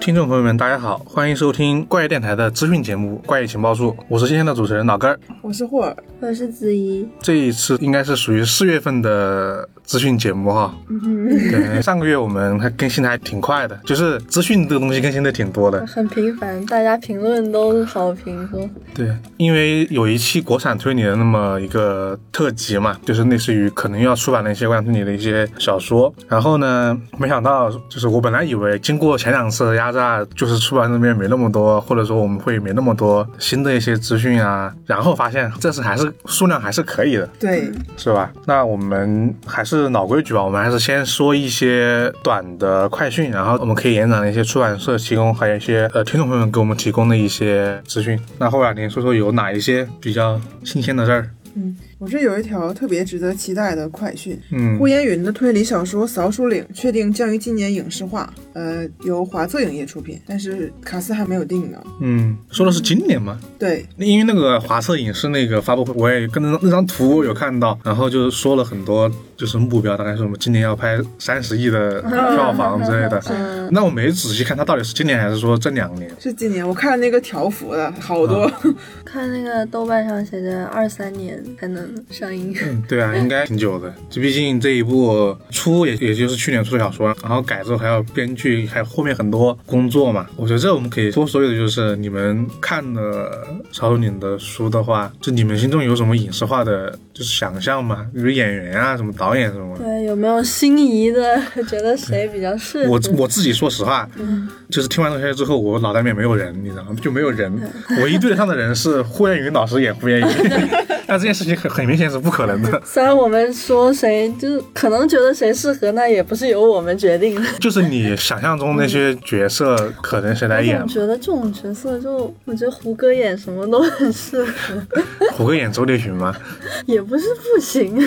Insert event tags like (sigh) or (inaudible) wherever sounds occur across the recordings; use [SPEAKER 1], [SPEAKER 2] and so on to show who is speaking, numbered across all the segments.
[SPEAKER 1] 听众朋友们，大家好，欢迎收听怪异电台的资讯节目《怪异情报处》，我是今天的主持人老根儿。
[SPEAKER 2] 我是霍尔，
[SPEAKER 3] 我是子怡，
[SPEAKER 1] 这一次应该是属于四月份的资讯节目哈。对，上个月我们还更新的还挺快的，就是资讯这个东西更新的挺多的。
[SPEAKER 3] 很频繁，大家评论都是好评说，
[SPEAKER 1] 对，因为有一期国产推理的那么一个特辑嘛，就是类似于可能要出版的一些国产推理的一些小说。然后呢，没想到就是我本来以为经过前两次的压榨，就是出版那边没那么多，或者说我们会没那么多新的一些资讯啊。然后发现这次还是数量还是可以的，
[SPEAKER 2] 对，
[SPEAKER 1] 是吧？那我们还是老规矩吧，我们还是先说一些短的快讯，然后我们可以延展一些出版社提供，还有一些呃听众朋友们给我们提供的一些资讯。那后两您说说有哪一些比较新鲜的事儿？
[SPEAKER 2] 嗯，我这有一条特别值得期待的快讯，
[SPEAKER 1] 嗯
[SPEAKER 2] 顾，炎云的推理小说《扫鼠岭》确定将于今年影视化，呃，由华策影业出品，但是卡斯还没有定呢。
[SPEAKER 1] 嗯，说的是今年嘛，
[SPEAKER 2] 对，
[SPEAKER 1] 因为那个华策影视那个发布会，我也跟那张那张图有看到，然后就是说了很多，就是目标大概是我们今年要拍三十亿的票房之
[SPEAKER 3] (laughs)
[SPEAKER 1] 类的。
[SPEAKER 2] 嗯、
[SPEAKER 1] 那我没仔细看它到底是今年还是说这两年。
[SPEAKER 2] 是今年我看那个条幅的好多， (laughs)
[SPEAKER 3] 看那个豆瓣上写着二三年才能上映， (laughs)
[SPEAKER 1] 嗯，对啊，应该挺久的。这毕竟这一部出也也就是去年出的小说，然后改之后还要编剧，还有后面很多工作嘛。我觉得这我们可以多说一点，就是你们看了曹永岭的书的话，就你们心中有什么影视化的就是想象吗？比如演员啊，什么导演什么的。
[SPEAKER 3] 对，有没有心仪的？ (laughs) 觉得谁比较适合？
[SPEAKER 1] 我我自己说实话，就是听完这些之后，我脑袋里面没有人，你知道吗？就没有人。唯一对得上的人是胡彦云老师演胡彦云， (laughs) 但这件事情很很明显是不可能的。
[SPEAKER 3] 虽然我们说谁就是可能觉得谁适合，那也不是由我们决定的。
[SPEAKER 1] 就是你想象中那些角色，可能谁来演
[SPEAKER 3] 我？ (laughs) 觉得这种角色就，我觉得胡歌演什么都很适合，
[SPEAKER 1] 胡歌演周丽萍吗？
[SPEAKER 3] 也不是不行。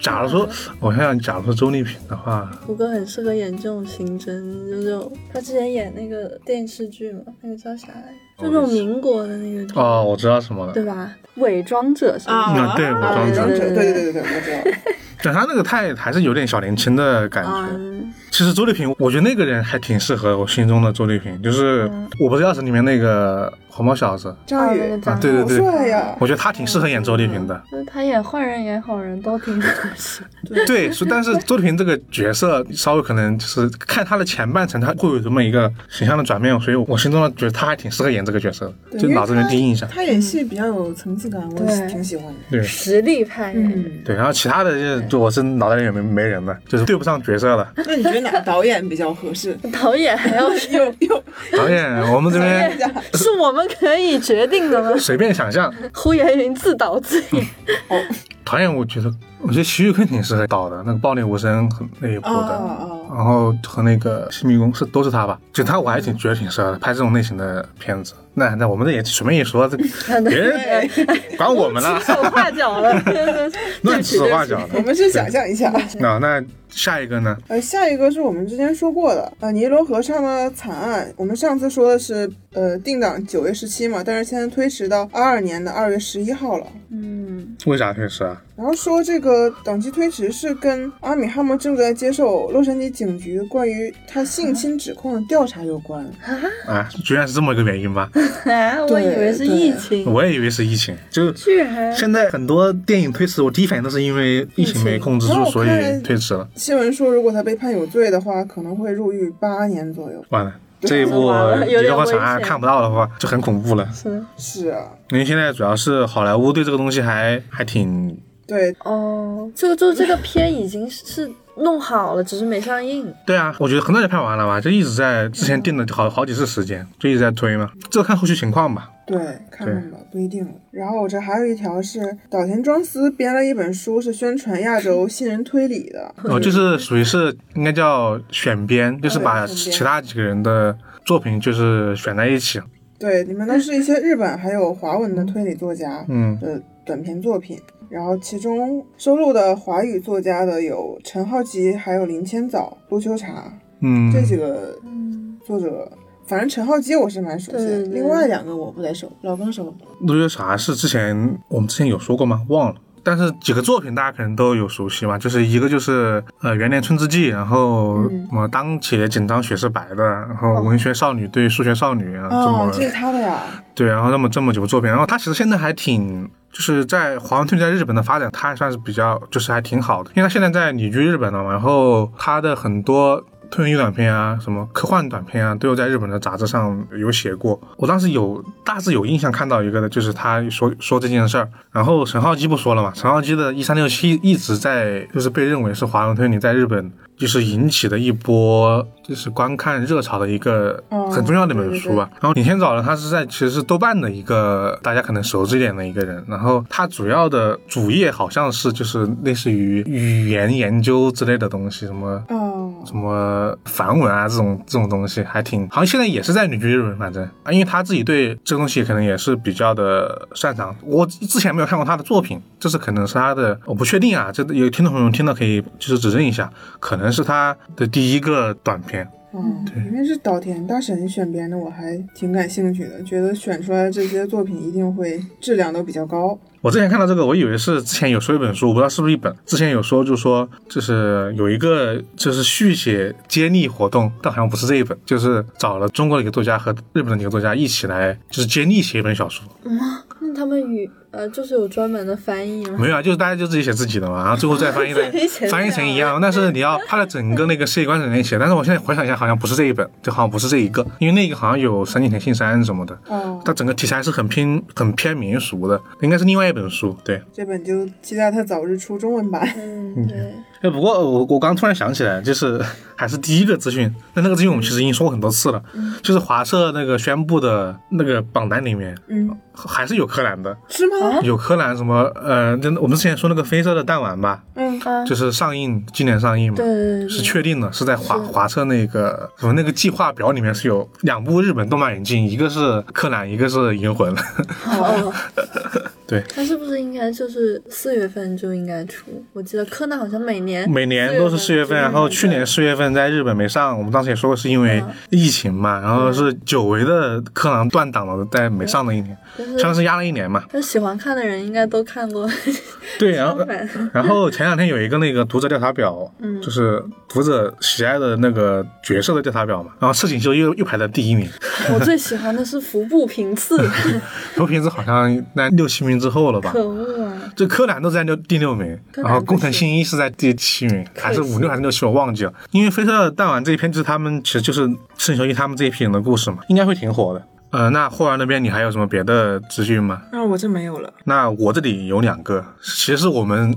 [SPEAKER 1] 假如说，我想想，假如说周丽萍的话，
[SPEAKER 3] 胡歌很适合演这种刑侦，就这种他之前演那个电视剧嘛，那个叫啥来着？就这种民国的那个剧，
[SPEAKER 1] 哦，我知道什么了。
[SPEAKER 3] 对吧？伪装者是吧？
[SPEAKER 1] 啊对我
[SPEAKER 3] 装
[SPEAKER 2] 对
[SPEAKER 3] 着
[SPEAKER 2] 对对对对对，我知道。
[SPEAKER 1] 但他那个太还是有点小年轻的感
[SPEAKER 3] 啊
[SPEAKER 1] 觉。其实周丽萍，我觉得那个人还挺适合我心中的周丽萍，就是《我不是钥匙》里面那个黄毛小子，
[SPEAKER 2] 张宇，
[SPEAKER 3] 那个张
[SPEAKER 1] 啊对对
[SPEAKER 2] 好
[SPEAKER 1] 对
[SPEAKER 2] 帅呀！
[SPEAKER 1] 我觉得他挺适合演周丽萍的。
[SPEAKER 3] 就是他演坏人演好人都挺合适。
[SPEAKER 1] 对，是但是周丽萍这个角色稍微可能就是看她的前半程，她会有这么一个形象的转变，所以我心中觉得她还挺适合演这个角色的，
[SPEAKER 2] 对
[SPEAKER 1] 就脑子里面第一印象。
[SPEAKER 2] 他演戏比较有层次感，我
[SPEAKER 3] 对
[SPEAKER 2] 挺喜欢的。
[SPEAKER 1] 对
[SPEAKER 3] (laughs) 实力派演员，
[SPEAKER 1] 对，然后其他的就是就我是脑袋里也没没人了，就是对不上角色了。
[SPEAKER 2] 那你觉得哪个导演比较合 (laughs) 适？
[SPEAKER 3] 嗯导演还要
[SPEAKER 2] 又又哎
[SPEAKER 1] 导演，我们
[SPEAKER 2] (laughs)
[SPEAKER 1] 这边？
[SPEAKER 3] 是我们可以决定的吗
[SPEAKER 1] 随便想象，
[SPEAKER 3] 胡彦云自导自演，
[SPEAKER 1] 导演我觉得我觉得徐宇坤挺适合导的，那个《暴力无声》很那一波
[SPEAKER 2] 啊
[SPEAKER 1] 的。
[SPEAKER 2] 啊！
[SPEAKER 1] 然后和那个《新迷宫》是都是他吧？就他我还挺觉得挺适合的拍这种类型的片子。那那我们这也随便一
[SPEAKER 2] (laughs)
[SPEAKER 1] 说，这个别人管我们了
[SPEAKER 3] 指，手画脚了，
[SPEAKER 1] 乱指手画脚
[SPEAKER 3] (laughs)
[SPEAKER 2] 我
[SPEAKER 1] 了。
[SPEAKER 2] 们是想象一下。
[SPEAKER 1] 那啊那下一个呢？
[SPEAKER 2] 呃，下一个是我们之前说过的，呃，尼罗河上的惨案。我们上次说的是，呃，定档九月十七嘛，但是现在推迟到二二年的二月十一号了。
[SPEAKER 3] 嗯，
[SPEAKER 1] 为啥会是啊？
[SPEAKER 2] 然后说这个档期推迟是跟阿米哈姆正在接受洛杉矶警局关于他性侵指控的调查有关。
[SPEAKER 1] 啊，居然是这么一个原因吗？
[SPEAKER 3] (laughs) 啊，我以为是疫情，
[SPEAKER 1] 我也以为是疫情，就是
[SPEAKER 3] 居然
[SPEAKER 1] 现在很多电影推迟，我第一反应都是因为疫情没控制
[SPEAKER 2] 疫
[SPEAKER 1] 住，
[SPEAKER 2] 情
[SPEAKER 1] 所
[SPEAKER 2] 然后我
[SPEAKER 1] 以
[SPEAKER 2] 看
[SPEAKER 1] 推迟了。
[SPEAKER 2] 新闻说，如果他被判有罪的话，可能会入狱八年左右。
[SPEAKER 1] 完了，这一部
[SPEAKER 3] 完了
[SPEAKER 1] 《
[SPEAKER 3] 有
[SPEAKER 1] 一
[SPEAKER 3] 点
[SPEAKER 1] 个花长
[SPEAKER 3] 危
[SPEAKER 1] 案》
[SPEAKER 3] 险
[SPEAKER 1] 啊看不到的话，就很恐怖了。
[SPEAKER 3] 是
[SPEAKER 2] 是啊，
[SPEAKER 1] 因为现在主要是好莱坞对这个东西还还挺
[SPEAKER 2] 对，
[SPEAKER 3] 哦，这个就这个片已经是弄好了，只是没上映。
[SPEAKER 1] 对啊，我觉得很早就拍完了吧，就一直在之前定了好好几次时间，就一直在推嘛。这个看后续情况吧。
[SPEAKER 2] 对，看看吧，不一定了。然后我这还有一条是，岛田庄司编了一本书，是宣传亚洲新人推理的。
[SPEAKER 1] 哦，就是属于是应该叫选编，就是把
[SPEAKER 2] 啊对选编
[SPEAKER 1] 其他几个人的作品就是选在一起。
[SPEAKER 2] 对，里面都是一些日本还有华文的推理作家
[SPEAKER 1] 嗯，
[SPEAKER 2] 的短篇作品。然后其中收录的华语作家的有陈浩基，还有林千早、卢秋茶
[SPEAKER 1] 嗯，
[SPEAKER 2] 这几个
[SPEAKER 3] 嗯，
[SPEAKER 2] 作者。反正陈浩基我是蛮熟悉的，
[SPEAKER 3] 对对对
[SPEAKER 2] 另外两个我不太熟，老更熟。
[SPEAKER 1] 陆月茶是之前我们之前有说过吗？忘了。但是几个作品大家可能都有熟悉嘛，就是一个就是呃《元年春之祭》，然后
[SPEAKER 2] 嗯
[SPEAKER 1] 什么《当且紧张雪是白的》，然后
[SPEAKER 2] 哦
[SPEAKER 1] 《文学少女对数学少女》啊，这
[SPEAKER 2] 哦
[SPEAKER 1] 么，
[SPEAKER 2] 这是他的呀，
[SPEAKER 1] 对，然后那么这么几部作品，然后他其实现在还挺，就是在华文推理在日本的发展，他还算是比较，就是还挺好的，因为他现在在旅居日本了嘛，然后他的很多。推理短片啊，什么科幻短片啊，都有在日本的杂志上有写过。我当时有大致有印象看到一个的，就是他说说这件事儿。然后陈浩基不说了嘛，陈浩基的《一三六七》一直在就是被认为是华文推理在日本就是引起的一波就是观看热潮的一个
[SPEAKER 2] 哦
[SPEAKER 1] 很重要的一
[SPEAKER 2] 对
[SPEAKER 1] 本
[SPEAKER 2] 对
[SPEAKER 1] 书啊
[SPEAKER 2] 对
[SPEAKER 1] 吧。然后尹天早呢，他是在其实是豆瓣的一个大家可能熟知一点的一个人，然后他主要的主业好像是就是类似于语言研究之类的东西，什么。
[SPEAKER 2] 哦，
[SPEAKER 1] 什么梵文啊，这种这种东西还挺，好像现在也是在旅居日本，反正啊，因为他自己对这个东西可能也是比较的擅长。我之前没有看过他的作品，这是可能是他的，我不确定啊，这有听众朋友听到可以就是指正一下，可能是他的第一个短片。
[SPEAKER 2] 嗯，因为是岛田大神选编的，我还挺感兴趣的，觉得选出来这些作品一定会质量都比较高。
[SPEAKER 1] 我之前看到这个，我以为是之前有说一本书，我不知道是不是一本。之前有说就说就是有一个就是续写接力活动，但好像不是这一本，就是找了中国的一个作家和日本的几个作家一起来就是接力写一本小说。
[SPEAKER 3] 那他们语呃，就是有专门的翻译吗？
[SPEAKER 1] 没有啊，就是大家就自己写自己的嘛，然后最后再翻译
[SPEAKER 3] 自己写
[SPEAKER 1] 成
[SPEAKER 3] 的
[SPEAKER 1] 翻译成一样，但是你要它的整个那个世界观整天写。但是我现在回想一下，好像不是这一本，就好像不是这一个，因为那个好像有三井田信三什么的。
[SPEAKER 2] 哦，
[SPEAKER 1] 它整个题材是很偏很偏民俗的，应该是另外一本书。对，
[SPEAKER 2] 这本就期待他早日出中文版。
[SPEAKER 3] 嗯，对，
[SPEAKER 1] 哎，不过我我刚突然想起来，就是还是第一个资讯，那那个资讯我们其实已经说过很多次了，就是华社那个宣布的那个榜单里面
[SPEAKER 2] 嗯，
[SPEAKER 1] 还是有柯南的，
[SPEAKER 2] 是
[SPEAKER 3] 啊
[SPEAKER 2] 吗？
[SPEAKER 1] 有柯南什么呃，那我们之前说那个绯色的弹丸吧，
[SPEAKER 2] 嗯，
[SPEAKER 3] 啊，
[SPEAKER 1] 就是上映今年上映嘛
[SPEAKER 3] 对。对对
[SPEAKER 1] 是
[SPEAKER 3] 对，
[SPEAKER 1] 确定的，是在华华社那个什么那个计划表里面是有两部日本动漫引进，一个是柯南，一个是银魂。
[SPEAKER 3] 哦，
[SPEAKER 1] (laughs) 对，
[SPEAKER 3] 他是不是应该就是四月份就应该出？我记得柯南好像每年
[SPEAKER 1] (laughs) 每年都是四月份，然后去年四月份在日本没上，我们当时也说过是因为疫情嘛，然后是久违的柯南断档了，在没上的一年，
[SPEAKER 3] 但
[SPEAKER 1] 相当于
[SPEAKER 3] 是
[SPEAKER 1] 是压了一年嘛。
[SPEAKER 3] 但是喜欢看的人应该都看过，
[SPEAKER 1] 对，然后
[SPEAKER 3] 相反
[SPEAKER 1] 然后前两天有一个那个读者调查表，就是读者喜爱的那个角色的调查表嘛，然后赤井秀又又排在第一名，
[SPEAKER 3] (laughs) 我最喜欢的是服部平次，
[SPEAKER 1] (laughs)
[SPEAKER 3] (laughs)
[SPEAKER 1] 刘平子好像在六七名之后了吧？
[SPEAKER 3] 可恶啊！
[SPEAKER 1] 这柯南都在六第六名，
[SPEAKER 3] 柯南
[SPEAKER 1] 然后
[SPEAKER 3] 不
[SPEAKER 1] 工藤
[SPEAKER 3] 行
[SPEAKER 1] 新一是在第七名，还是五六还是六七我忘记了。因为《飞车弹丸》这一篇就是他们其实就是圣雄一他们这一批人的故事嘛，应该会挺火的。呃，那霍然那边你还有什么别的资讯吗？
[SPEAKER 2] 那我这没有了。
[SPEAKER 1] 那我这里有两个，其实是我们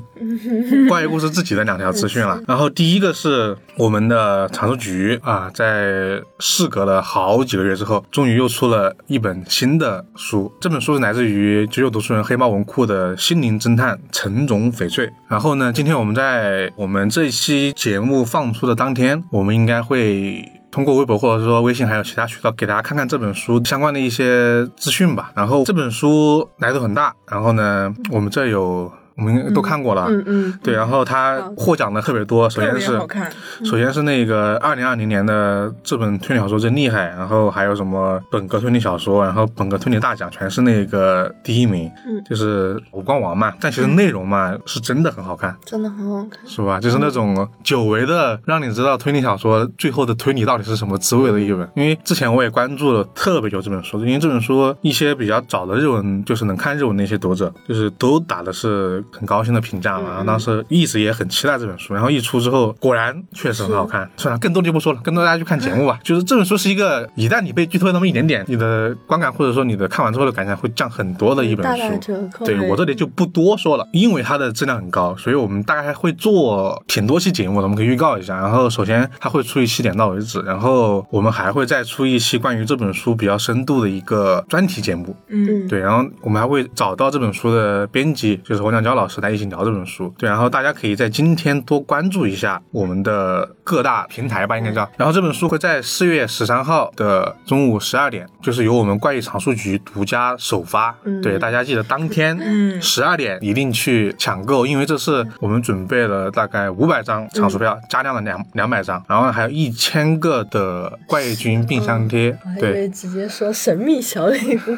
[SPEAKER 1] 怪异故事自己的两条资讯了。然后第一个是我们的藏书局啊，在事隔了好几个月之后，终于又出了一本新的书。这本书是来自于九九读书人黑猫文库的《心灵侦探陈种翡翠》。然后呢，今天我们在我们这一期节目放出的当天，我们应该会通过微博或者说微信还有其他渠道给大家看看这本书相关的一些资讯吧。然后这本书来头很大，然后呢，我们这有我们应该都看过了。
[SPEAKER 2] 嗯嗯，
[SPEAKER 1] 对，然后他
[SPEAKER 3] 好
[SPEAKER 1] 获奖的特别多，首
[SPEAKER 2] 特
[SPEAKER 1] 先
[SPEAKER 2] 别
[SPEAKER 1] 是
[SPEAKER 2] 好看。嗯
[SPEAKER 1] 首先是那个二零二零年的这本推理小说真厉害，然后还有什么本格推理小说，然后本格推理大奖全是那个第一名，
[SPEAKER 2] 嗯
[SPEAKER 1] 就是五冠王嘛。但其实内容嘛、是真的很好看，
[SPEAKER 3] 真的很好看，
[SPEAKER 1] 是吧？就是那种久违的让你知道推理小说最后的推理到底是什么滋味的一本。因为之前我也关注了特别久这本书，因为这本书一些比较早的日文就是能看日文的一些读者，就是都打的是很高兴的评价嘛。然后当时一直也很期待这本书，然后一出之后，果然确实很好看。算了，更多就不说了，更多大家去看节目吧。就是这本书是一个，一旦你被剧透那么一点点，你的观感或者说你的看完之后的感想会降很多的一本
[SPEAKER 3] 大
[SPEAKER 1] 书。
[SPEAKER 3] 打折扣。
[SPEAKER 1] 对我这里就不多说了，因为它的质量很高，所以我们大概还会做挺多期节目的，我们可以预告一下。然后首先它会出一期点到为止，然后我们还会再出一期关于这本书比较深度的一个专题节目。
[SPEAKER 2] 嗯，
[SPEAKER 1] 对，然后我们还会找到这本书的编辑，就是王江娇老师来一起聊这本书。对，然后大家可以在今天多关注一下我们的各大平台吧，应该叫。然后这本书会在四月十三号的中午十二点，就是由我们怪异藏书局独家首发。对，大家记得当天十二点一定去抢购，因为这是我们准备了大概五百张藏书票，加量了两两百张，然后还有一千个的怪异君冰箱贴
[SPEAKER 3] 我。还以
[SPEAKER 1] 对，
[SPEAKER 3] 为直接说神秘小礼物，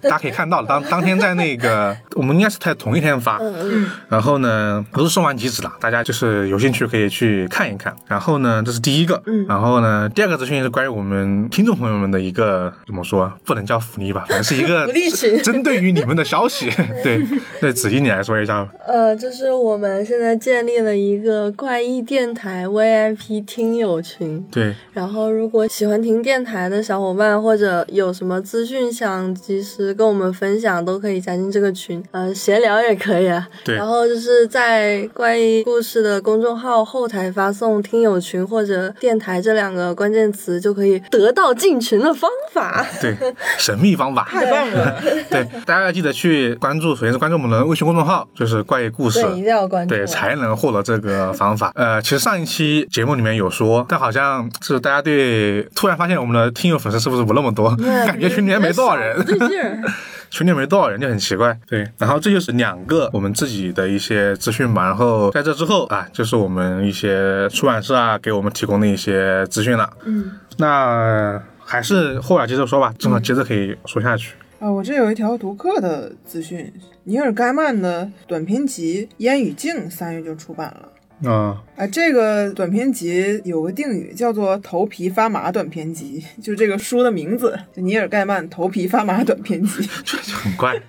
[SPEAKER 1] 大家可以看到了，当当天在那个我们应该是在同一天发，
[SPEAKER 3] 嗯
[SPEAKER 1] 然后呢，我是送完几纸了，大家就是有兴趣可以去看一看。然后呢，这是第一个，
[SPEAKER 3] 嗯
[SPEAKER 1] 然后呢，第二个资讯是关于我们听众朋友们的一个怎么说，不能叫福利吧，反正是一个
[SPEAKER 3] 福利群
[SPEAKER 1] 针对于你们的消
[SPEAKER 3] (laughs)
[SPEAKER 1] 息。对，对，子怡你来说一下吧。
[SPEAKER 3] 呃，就是我们现在建立了一个怪异电台 VIP 听友群，
[SPEAKER 1] 对，
[SPEAKER 3] 然后，如果喜欢听电台的小伙伴，或者有什么资讯想及时跟我们分享，都可以加进这个群，呃，闲聊也可以啊。
[SPEAKER 1] 对
[SPEAKER 3] 然后就是在关于故事的公众号后台发送“听友群”或者“电台”这两个关键词，就可以得到进群的方法。
[SPEAKER 1] 对，神秘方法，
[SPEAKER 2] 太棒 (laughs) 了！
[SPEAKER 1] 对，大家要记得去关注，首先是关注我们的微信公众号，就是怪异故事，
[SPEAKER 3] 对，一定要关
[SPEAKER 1] (laughs)
[SPEAKER 3] 注。(laughs)
[SPEAKER 1] 对，才能获得这个方法。 (laughs) 呃，其实上一期节目里面有说，但好像是大家对突然发现我们的听友粉丝是不是不那么多，感觉群里面没多少人，
[SPEAKER 3] 对劲儿。
[SPEAKER 1] (laughs) 群里面没多少人就很奇怪。对，然后这就是两个我们自己的一些资讯吧。然后在这之后啊，就是我们一些出版社啊给我们提供的一些资讯了。
[SPEAKER 3] 嗯，
[SPEAKER 1] 那还是后来接着说吧，正好接着可以说下去。
[SPEAKER 2] 啊，我这有一条读客的资讯，尼尔·盖曼的短篇集《烟与镜》三月就出版了。
[SPEAKER 1] 啊、
[SPEAKER 2] 啊，这个短篇集有个定语叫做“头皮发麻短篇集”，就这个书的名字，就尼尔盖曼“头皮发麻短篇集
[SPEAKER 1] 就很怪，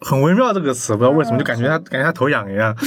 [SPEAKER 1] 很微妙这个词，不知道为什么就感觉他感觉他头痒一样。 (laughs)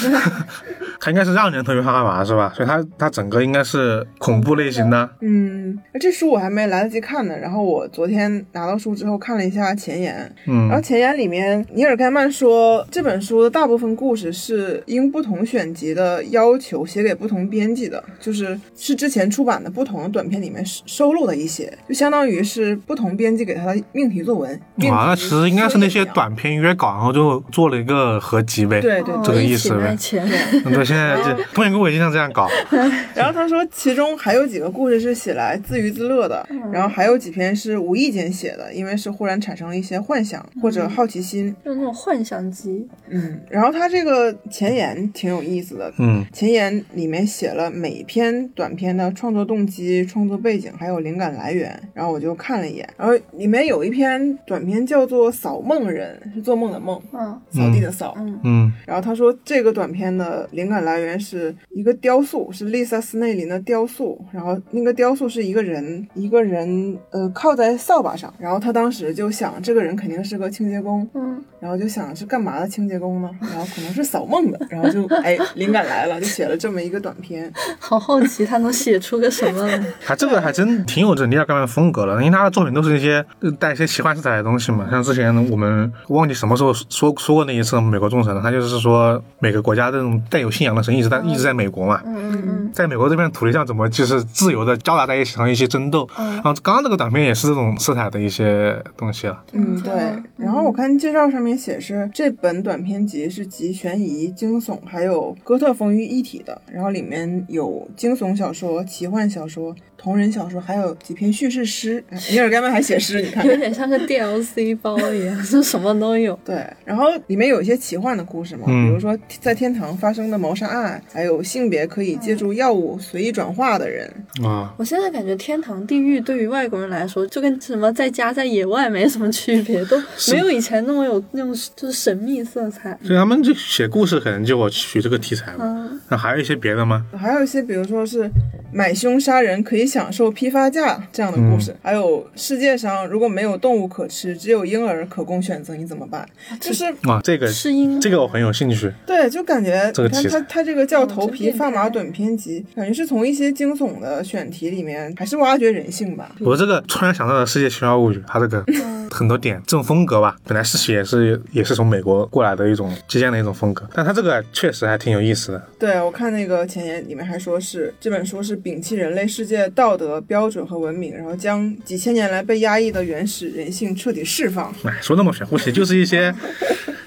[SPEAKER 1] 他应该是让人头皮发麻是吧？所以他他整个应该是恐怖类型的”。。
[SPEAKER 2] 嗯，这书我还没来得及看呢，然后我昨天拿到书之后看了一下前言，然后
[SPEAKER 1] 嗯，
[SPEAKER 2] 前言里面尼尔盖曼说，这本书的大部分故事是因不同选集的要求写给不同编辑的，就是是之前出版的不同的短片里面收收录的一些，就相当于是不同编辑给他的命题作文。命
[SPEAKER 1] 哇，那
[SPEAKER 2] 题
[SPEAKER 1] 其实应该是那
[SPEAKER 2] 缩影
[SPEAKER 1] 些
[SPEAKER 2] 一样
[SPEAKER 1] 短篇约稿，然后就做了一个合集呗。
[SPEAKER 2] 对对
[SPEAKER 3] 哦
[SPEAKER 1] 这个意
[SPEAKER 3] 一
[SPEAKER 1] 思
[SPEAKER 3] 起
[SPEAKER 1] 呗
[SPEAKER 3] 卖钱
[SPEAKER 1] 嗯，对，现在这东野圭吾也经常这样搞。
[SPEAKER 2] 然后他说，其中还有几个故事是写来自娱自乐的，然后还有几篇是无意间写的，因为是忽然产生了一些幻想或者好奇心。
[SPEAKER 3] 就是那种幻想集，
[SPEAKER 2] 嗯，然后他这个前言挺有意思的。
[SPEAKER 1] 嗯，
[SPEAKER 2] 前言里面写了每一篇短篇的创作动机、创作背景，还有灵感来源。然后我就看了一眼，然后里面有一篇短篇叫做《扫梦人》，是做梦的梦，
[SPEAKER 3] 嗯
[SPEAKER 2] 扫地的扫。
[SPEAKER 3] 嗯
[SPEAKER 1] 嗯，
[SPEAKER 2] 然后他说，这个短片的灵感来源是一个雕塑，是丽萨斯内林的雕塑。然后那个雕塑是一个人，一个人呃靠在扫把上。然后他当时就想，这个人肯定是个清洁工，
[SPEAKER 3] 嗯，
[SPEAKER 2] 然后就想是干嘛的清洁工呢？然后可能是扫梦的。然后就哎，灵感来了，就写了这么一个短片。
[SPEAKER 3] (laughs) 好好奇他能写出个什么来。
[SPEAKER 1] 他这个还真挺有这尼尔盖曼风格的，因为他的作品都是一些呃带一些奇幻色彩的东西嘛。像之前我们忘记什么时候说说过那一次美国众神了，他就是说每个国家这种带有信仰的神一直在一直在美国嘛。
[SPEAKER 3] (laughs) 嗯
[SPEAKER 1] 在美国这片土地上，怎么就是自由的交杂在一起，然后一些争斗。
[SPEAKER 3] 嗯
[SPEAKER 1] 然后刚刚那个短片也是这种色彩的一些东西啊了。
[SPEAKER 2] 嗯，
[SPEAKER 3] 嗯
[SPEAKER 2] 对
[SPEAKER 3] 嗯。
[SPEAKER 2] 然后我看介绍上面写是这本短篇集是集悬疑、惊悚还有哥特风于一体的，然后里面有惊悚小说、奇幻小说、同人小说，还有几篇叙事诗。哎尼尔盖曼还写诗，你看
[SPEAKER 3] (laughs) 嗯，。有点像个 (laughs) DLC 包一样，就什么都有。
[SPEAKER 2] 对，然后里面有一些奇幻的故事嘛，
[SPEAKER 1] 嗯
[SPEAKER 2] 比如说在天堂发生的谋杀案，还有性别可以借助药物随意转化的人，
[SPEAKER 1] 啊，
[SPEAKER 3] 我现在感觉天堂、地狱对于外国人来说，就跟什么在家、在野外没什么区别，都没有以前那么有那种就是神秘色彩。
[SPEAKER 1] 所以他们就写故事可能就我取这个题材嘛。
[SPEAKER 3] 嗯，
[SPEAKER 1] 那还有一些别的吗？
[SPEAKER 2] 还有一些，比如说是买凶杀人可以享受批发价这样的故
[SPEAKER 1] 嗯
[SPEAKER 2] 事，还有世界上如果没有动物可吃，只有婴儿可供选择，你怎么办？就是
[SPEAKER 1] 啊，这个
[SPEAKER 3] 是因
[SPEAKER 1] 这个我很有兴趣。
[SPEAKER 2] 对，就感觉
[SPEAKER 1] 这个
[SPEAKER 2] 你
[SPEAKER 1] 题
[SPEAKER 2] 看他
[SPEAKER 1] 材
[SPEAKER 2] 他这个叫
[SPEAKER 3] 哦
[SPEAKER 2] 头皮
[SPEAKER 3] 这变态
[SPEAKER 2] 发麻短篇集，感觉是从一些惊悚的选题里面，还是挖掘人性吧。
[SPEAKER 3] 嗯
[SPEAKER 1] 我这个突然想到了《世界奇妙物语》，它这 (laughs) 个很多点这种风格吧，本来是写也是也是从美国过来的一种借鉴的一种风格，但它这个确实还挺有意思的。
[SPEAKER 2] 对我看那个前言里面还说是这本书是摒弃人类世界道德标准和文明，然后将几千年来被压抑的原始人性彻底释放。
[SPEAKER 1] 哎，说那么玄乎，其实就是一
[SPEAKER 3] (laughs)
[SPEAKER 1] 些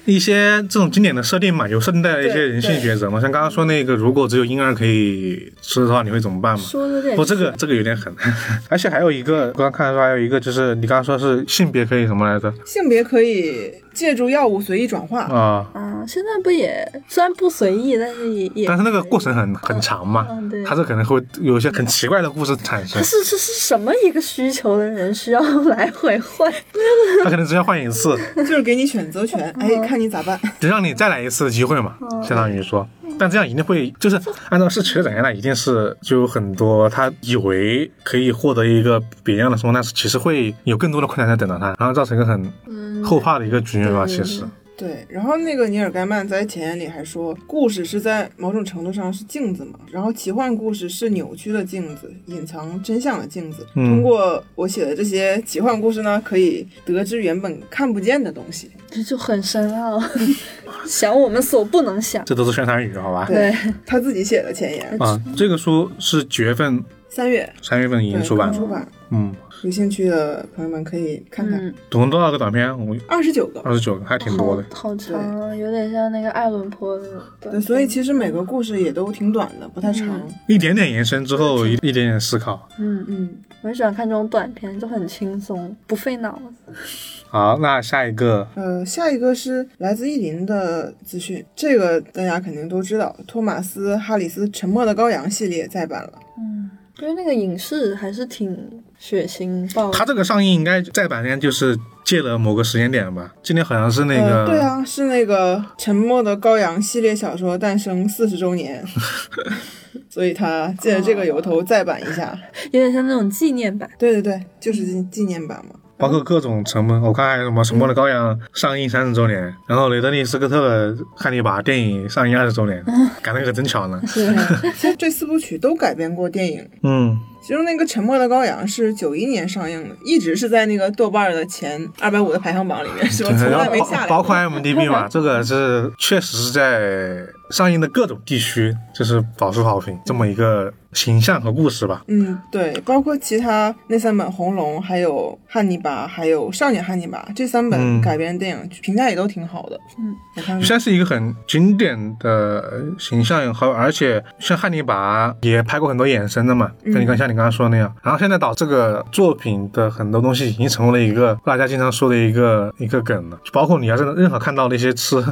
[SPEAKER 1] 一些这种经典的设定嘛，有设定带来一些人性抉择嘛。像刚刚说那个，如果只有婴儿可以吃的话，你会怎么办嘛？
[SPEAKER 3] 说的有点
[SPEAKER 1] 不，这个这个有点狠， (laughs) 而且还有一个，我刚看到还有一个就是你刚刚说是性别可以什么来着？
[SPEAKER 2] 性别可以借助药物随意转化。
[SPEAKER 1] 啊、
[SPEAKER 3] 啊，现在不也虽然不随意，但是也也
[SPEAKER 1] 但是那个过程很很长嘛，
[SPEAKER 3] 嗯对
[SPEAKER 1] 它这可能会有一些很奇怪的故事产生
[SPEAKER 3] 他，是是是什么一个需求的人需要来回换？
[SPEAKER 1] 它可能只要换一次，
[SPEAKER 2] 就是给你选 (laughs) 择权，哎，看你咋办。
[SPEAKER 1] 就让你再来一次的机会嘛，相当于说。但这样一定会，就是按照事情的展开来，一定是就有很多他以为可以获得一个别样的生活，但是其实会有更多的困难在等着他，然后造成一个很后怕的一个局面吧。
[SPEAKER 3] 对
[SPEAKER 1] 其实，
[SPEAKER 2] 对，然后那个尼尔盖曼在前言里还说，故事是在某种程度上是镜子嘛，然后奇幻故事是扭曲的镜子，隐藏真相的镜子。
[SPEAKER 1] 嗯
[SPEAKER 2] 通过我写的这些奇幻故事呢，可以得知原本看不见的东西。
[SPEAKER 3] 这就很深奥， (laughs) 想我们所不能想。
[SPEAKER 1] 这都是宣传语，好吧？
[SPEAKER 2] 对他自己写的前言，
[SPEAKER 1] 啊，这个书是九月份、
[SPEAKER 2] 三月
[SPEAKER 1] 三月份已
[SPEAKER 2] 对
[SPEAKER 1] 经出版
[SPEAKER 2] 刚出
[SPEAKER 1] 了。
[SPEAKER 2] 版，
[SPEAKER 1] 嗯，
[SPEAKER 2] 有兴趣的朋友们可以看看，
[SPEAKER 3] 嗯，
[SPEAKER 1] 总共多少个短片？我
[SPEAKER 2] 二十九个。
[SPEAKER 1] 二十九个，还挺多的。
[SPEAKER 3] 好好长啊，有点像那个爱伦坡的。
[SPEAKER 2] 对，所以其实每个故事也都挺短的，不太长。
[SPEAKER 1] 一点点延伸之后，一一点点思考。
[SPEAKER 3] 嗯，
[SPEAKER 2] 嗯，
[SPEAKER 3] 我很喜欢看这种短片，就很轻松，不费脑子。
[SPEAKER 1] 好，那下一个
[SPEAKER 2] 呃，下一个是来自意林的资讯，这个大家肯定都知道，托马斯·哈里斯《沉默的羔羊》系列再版了。
[SPEAKER 3] 因为那个影视还是挺血腥暴力
[SPEAKER 1] 它这个上映应该在版间就是借了某个时间点吧，今年好像是那
[SPEAKER 2] 呃，对
[SPEAKER 1] 个
[SPEAKER 2] 啊，是那个《沉默的羔羊》系列小说诞生四十周
[SPEAKER 1] (laughs)
[SPEAKER 2] 年，所以他借着这个由头再版一
[SPEAKER 1] 哦
[SPEAKER 2] 下。
[SPEAKER 3] 有点像那种纪念版。
[SPEAKER 2] 对对对，就是纪纪念版嘛。
[SPEAKER 1] 包括各种沉默，我看还有什么《沉默的羔羊》上映三十周年，然后雷德利·斯科特的《汉尼拔》电影上映二十周年，
[SPEAKER 2] 嗯
[SPEAKER 1] 赶得可真巧呢。啊
[SPEAKER 2] 其实这四部曲都改编过电影，
[SPEAKER 1] 嗯，
[SPEAKER 2] 其中那个《沉默的羔羊》是九一年上映的，一直是在那个豆瓣的前二百五的排行榜里面，是吧？从
[SPEAKER 1] 然
[SPEAKER 2] 来
[SPEAKER 1] 后
[SPEAKER 2] 没下来
[SPEAKER 1] 包
[SPEAKER 2] 过。
[SPEAKER 1] 包括 IMDB
[SPEAKER 2] (laughs)
[SPEAKER 1] 嘛，这个是确实是在上映的各种地区就是饱受好评，这么一个形象和故事吧。
[SPEAKER 2] 嗯，对，包括其他那三本《红龙》、还有《汉尼拔》、还有《少年汉尼拔》这三
[SPEAKER 1] 嗯
[SPEAKER 2] 本改编电影、评价也都挺好的。
[SPEAKER 3] 嗯，
[SPEAKER 2] 我看
[SPEAKER 1] 算是一个很经典的形象，和而且像汉尼拔也拍过很多衍生的嘛，
[SPEAKER 2] 嗯
[SPEAKER 1] 跟你刚像你刚刚说的那样。然后现在导这个作品的很多东西已经成为了一个大家经常说的一个一个梗了，就包括你要是任何看到那些吃。 (laughs)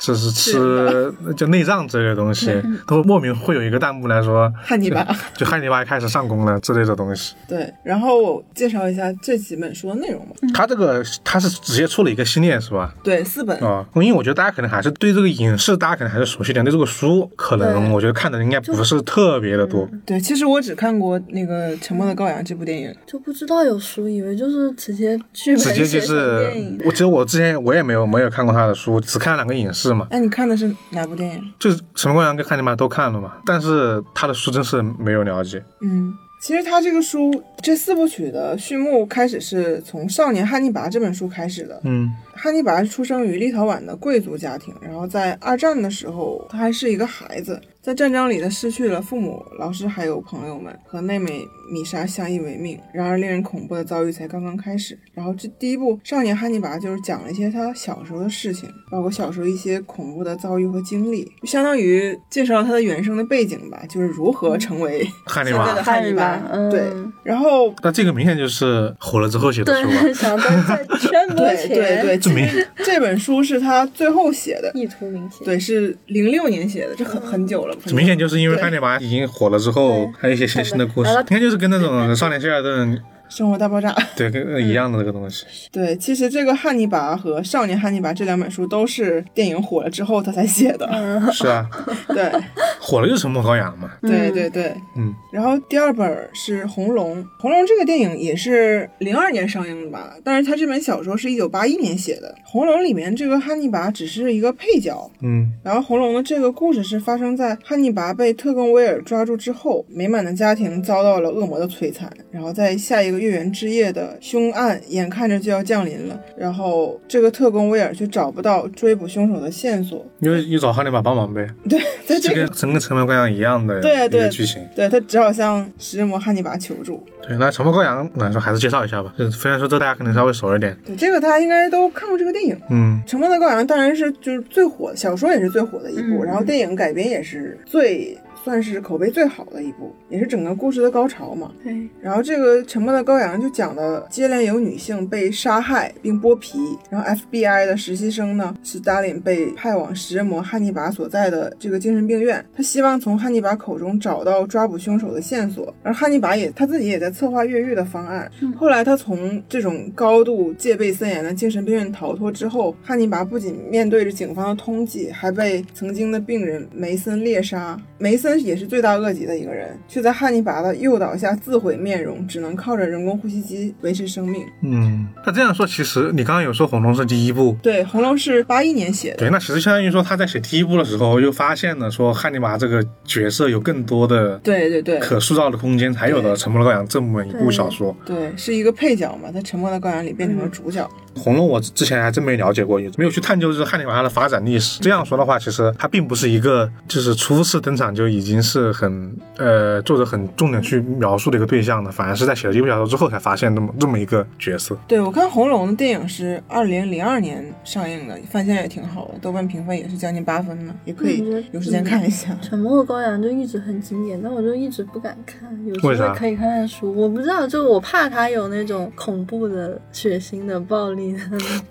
[SPEAKER 1] 只是吃就内脏之类的东西，都莫名会有一个弹幕来说，
[SPEAKER 2] 汉尼拔，
[SPEAKER 1] 就汉尼拔开始上工了之类的东西。
[SPEAKER 2] 对，然后我介绍一下这几本书的内容吧。
[SPEAKER 1] 他这个他是直接出了一个系列是吧？
[SPEAKER 2] 对，四本。
[SPEAKER 1] 啊、因为我觉得大家可能还是对这个影视，大家可能还是熟悉点，对这个书可能
[SPEAKER 3] 对嗯
[SPEAKER 1] 我觉得看的应该不是特别的多。
[SPEAKER 2] 对，其实我只看过那个《沉默的羔羊》这部电影。
[SPEAKER 3] 就不知道有书，以为就是直接剧本
[SPEAKER 1] 直接就
[SPEAKER 3] 写成
[SPEAKER 1] 是
[SPEAKER 3] 电影，
[SPEAKER 1] 我其实我之前我也没有没有看过他的书，只看了两个影视嘛，
[SPEAKER 2] 哎，你看的是哪部电影？
[SPEAKER 1] 就是《什么羔羊》跟《汉尼拔》都看了嘛，但是他的书真是没有了解。
[SPEAKER 2] 嗯，其实他这个书这四部曲的序幕开始是从《少年汉尼拔》这本书开始的。
[SPEAKER 1] 嗯，
[SPEAKER 2] 汉尼拔出生于立陶宛的贵族家庭，然后在二战的时候，他还是一个孩子，在战争里他失去了父母、老师还有朋友们，和妹妹米莎相依为命。然而，令人恐怖的遭遇才刚刚开始。然后，这第一部《少年汉尼拔》就是讲了一些他小时候的事情，包括小时候一些恐怖的遭遇和经历，就相当于介绍了他的原生的背景吧，就是如何成为
[SPEAKER 1] 汉嗯尼
[SPEAKER 2] 现在的
[SPEAKER 1] 拔，
[SPEAKER 2] 汉尼拔
[SPEAKER 3] 汉尼拔。嗯
[SPEAKER 2] 对，然后
[SPEAKER 1] 那这个明显就是火了之后写的书吧？
[SPEAKER 3] (laughs) 对，想到在圈播
[SPEAKER 2] (laughs) 对
[SPEAKER 3] 前，
[SPEAKER 2] 对对，
[SPEAKER 1] 这
[SPEAKER 2] 这
[SPEAKER 1] 明
[SPEAKER 2] 这本书是他最后写的，
[SPEAKER 3] 意图明显。
[SPEAKER 2] 对，是零六年写的，这很很久了。很久了
[SPEAKER 1] (laughs) 明显就是因为汉尼拔已经火了之后，还有一些新的故事
[SPEAKER 3] 然后，
[SPEAKER 1] 应该就是跟那种少年希尔顿
[SPEAKER 2] 生活大爆炸。 (laughs)
[SPEAKER 1] 对跟呃一样的这个东
[SPEAKER 3] (laughs)
[SPEAKER 1] 西。
[SPEAKER 2] 对，其实这个《汉尼拔》和《少年汉尼拔》这两本书都是电影火了之后他才写的。
[SPEAKER 1] 是啊，
[SPEAKER 2] (laughs) 对，
[SPEAKER 1] 火了就是沉默羔羊嘛。
[SPEAKER 2] 对对对。
[SPEAKER 1] 嗯，
[SPEAKER 2] 然后第二本是《红龙》，《红龙》这个电影也是零二年上映的吧？但是他这本小说是一九八一年写的，《红龙》里面这个汉尼拔只是一个配角，
[SPEAKER 1] 嗯，
[SPEAKER 2] 然后红龙的这个故事是发生在汉尼拔被特贡威尔抓住之后，美满的家庭遭到了恶魔的摧残，然后在下一个月圆之夜的凶案眼看着就要降临了，然后这个特贡威尔却找不到追捕凶手的线索， (laughs)
[SPEAKER 1] 因为又找汉尼拔帮忙呗，
[SPEAKER 2] 对，在
[SPEAKER 1] 这
[SPEAKER 2] 这个。
[SPEAKER 1] 跟整个《沉默羔羊》一样的
[SPEAKER 2] 对
[SPEAKER 1] 一个
[SPEAKER 2] 对
[SPEAKER 1] 剧情。
[SPEAKER 2] 对他只好向食人魔汉尼拔求助。
[SPEAKER 1] 对，那《沉默羔羊》来说还是介绍一下吧，就是虽然说这大家可能稍微熟一点。
[SPEAKER 2] 对，这个大家应该都看过这个电影，
[SPEAKER 1] 嗯，
[SPEAKER 2] 《沉默的羔羊》当然是就是最火，小说也是最火的一部，
[SPEAKER 3] 嗯
[SPEAKER 2] 然后电影改编也是最算是口碑最好的一部，也是整个故事的高潮嘛。
[SPEAKER 3] 对，
[SPEAKER 2] 然后这个《沉默的羔羊》就讲了接连有女性被杀害并剥皮，然后 FBI 的实习生呢，斯大林被派往食人魔汉尼拔所在的这个精神病院，他希望从汉尼拔口中找到抓捕凶手的线索，而汉尼拔也他自己也在策划越狱的方案。后来他从这种高度戒备森严的精神病院逃脱之后，汉尼拔不仅面对着警方的通缉，还被曾经的病人梅森猎杀。梅森也是罪大恶极的一个人，却在汉尼拔的诱导下自毁面容，只能靠着人工呼吸机维持生命。
[SPEAKER 1] 嗯，那这样说，其实你刚刚有说《红楼梦》是第一部，
[SPEAKER 2] 对，《红楼》是八一年写的，
[SPEAKER 1] 对，那其实相当于说他在写第一部的时候，又发现了说汉尼拔这个角色有更多的
[SPEAKER 2] 对对对
[SPEAKER 1] 可塑造的空间，才有了
[SPEAKER 2] 对
[SPEAKER 1] 《沉默的羔羊》这么一部小说。
[SPEAKER 2] 对，是一个配角嘛，在《沉默的羔羊》里变成了主角。
[SPEAKER 1] 红楼我之前还真没了解过，也没有去探究就是汉尼拔他的发展历史。这样说的话，其实他并不是一个就是初次登场就已经是很呃作者很重点去描述的一个对象的，反而是在写了这部小说之后才发现这么这么一个角色。
[SPEAKER 2] 对我看《红楼梦》的电影是二零零二年上映的，翻现也挺好的，豆瓣评分也是将近八分呢，也可以
[SPEAKER 3] 嗯我觉得嗯
[SPEAKER 2] 有时间看一下。
[SPEAKER 3] 《沉默的羔羊》就一直很经典，但我就一直不敢看。有
[SPEAKER 1] 为
[SPEAKER 3] 时
[SPEAKER 1] 啥
[SPEAKER 3] 候可以看看书，我不知道，就我怕它有那种恐怖的、血腥的、暴力的，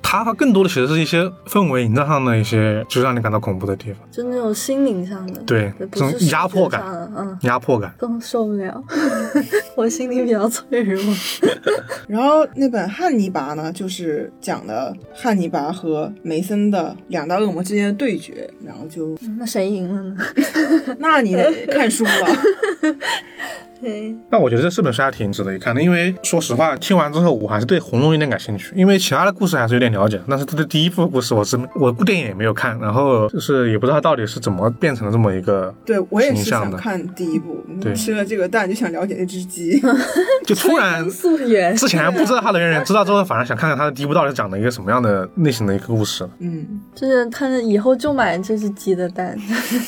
[SPEAKER 1] 它更多的其实是一些氛围营造上的一些，就是让你感到恐怖的地方，
[SPEAKER 3] 就那种心灵上的，
[SPEAKER 1] 对
[SPEAKER 3] 不是
[SPEAKER 1] 这种压迫感
[SPEAKER 3] 视觉上的，嗯，
[SPEAKER 1] 压迫感。
[SPEAKER 3] 更受不了。 (laughs) 我心里比较脆弱，
[SPEAKER 2] 然后那本《汉尼拔》呢，就是讲的汉尼拔和梅森的两大恶魔之间的对决，然后就
[SPEAKER 3] 那谁赢了 (laughs) 呢？
[SPEAKER 2] 那你得
[SPEAKER 3] (laughs)
[SPEAKER 2] 看书了。
[SPEAKER 3] 对，
[SPEAKER 1] 那我觉得这四本书还挺值得一看的，因为说实话，听完之后我还是对《红楼梦》有点感兴趣，因为其他的故事还是有点了解，但是它的第一部故事我是我电影也没有看，然后就是也不知道它到底是怎么变成了这么一个，
[SPEAKER 2] 对我也
[SPEAKER 1] 形
[SPEAKER 2] 是
[SPEAKER 1] 象
[SPEAKER 2] 想
[SPEAKER 1] 的
[SPEAKER 2] 看第一部，
[SPEAKER 1] 对
[SPEAKER 2] 吃了这个蛋就想了解这只
[SPEAKER 3] (laughs)
[SPEAKER 2] 鸡。
[SPEAKER 1] 就突然
[SPEAKER 3] 溯源
[SPEAKER 1] 之前还不知道它的渊源，知道之后反而想看看它的第一部到底讲了一个什么样的类型的一个故事。
[SPEAKER 2] 嗯，
[SPEAKER 3] 就是看着以后就买这只鸡的蛋，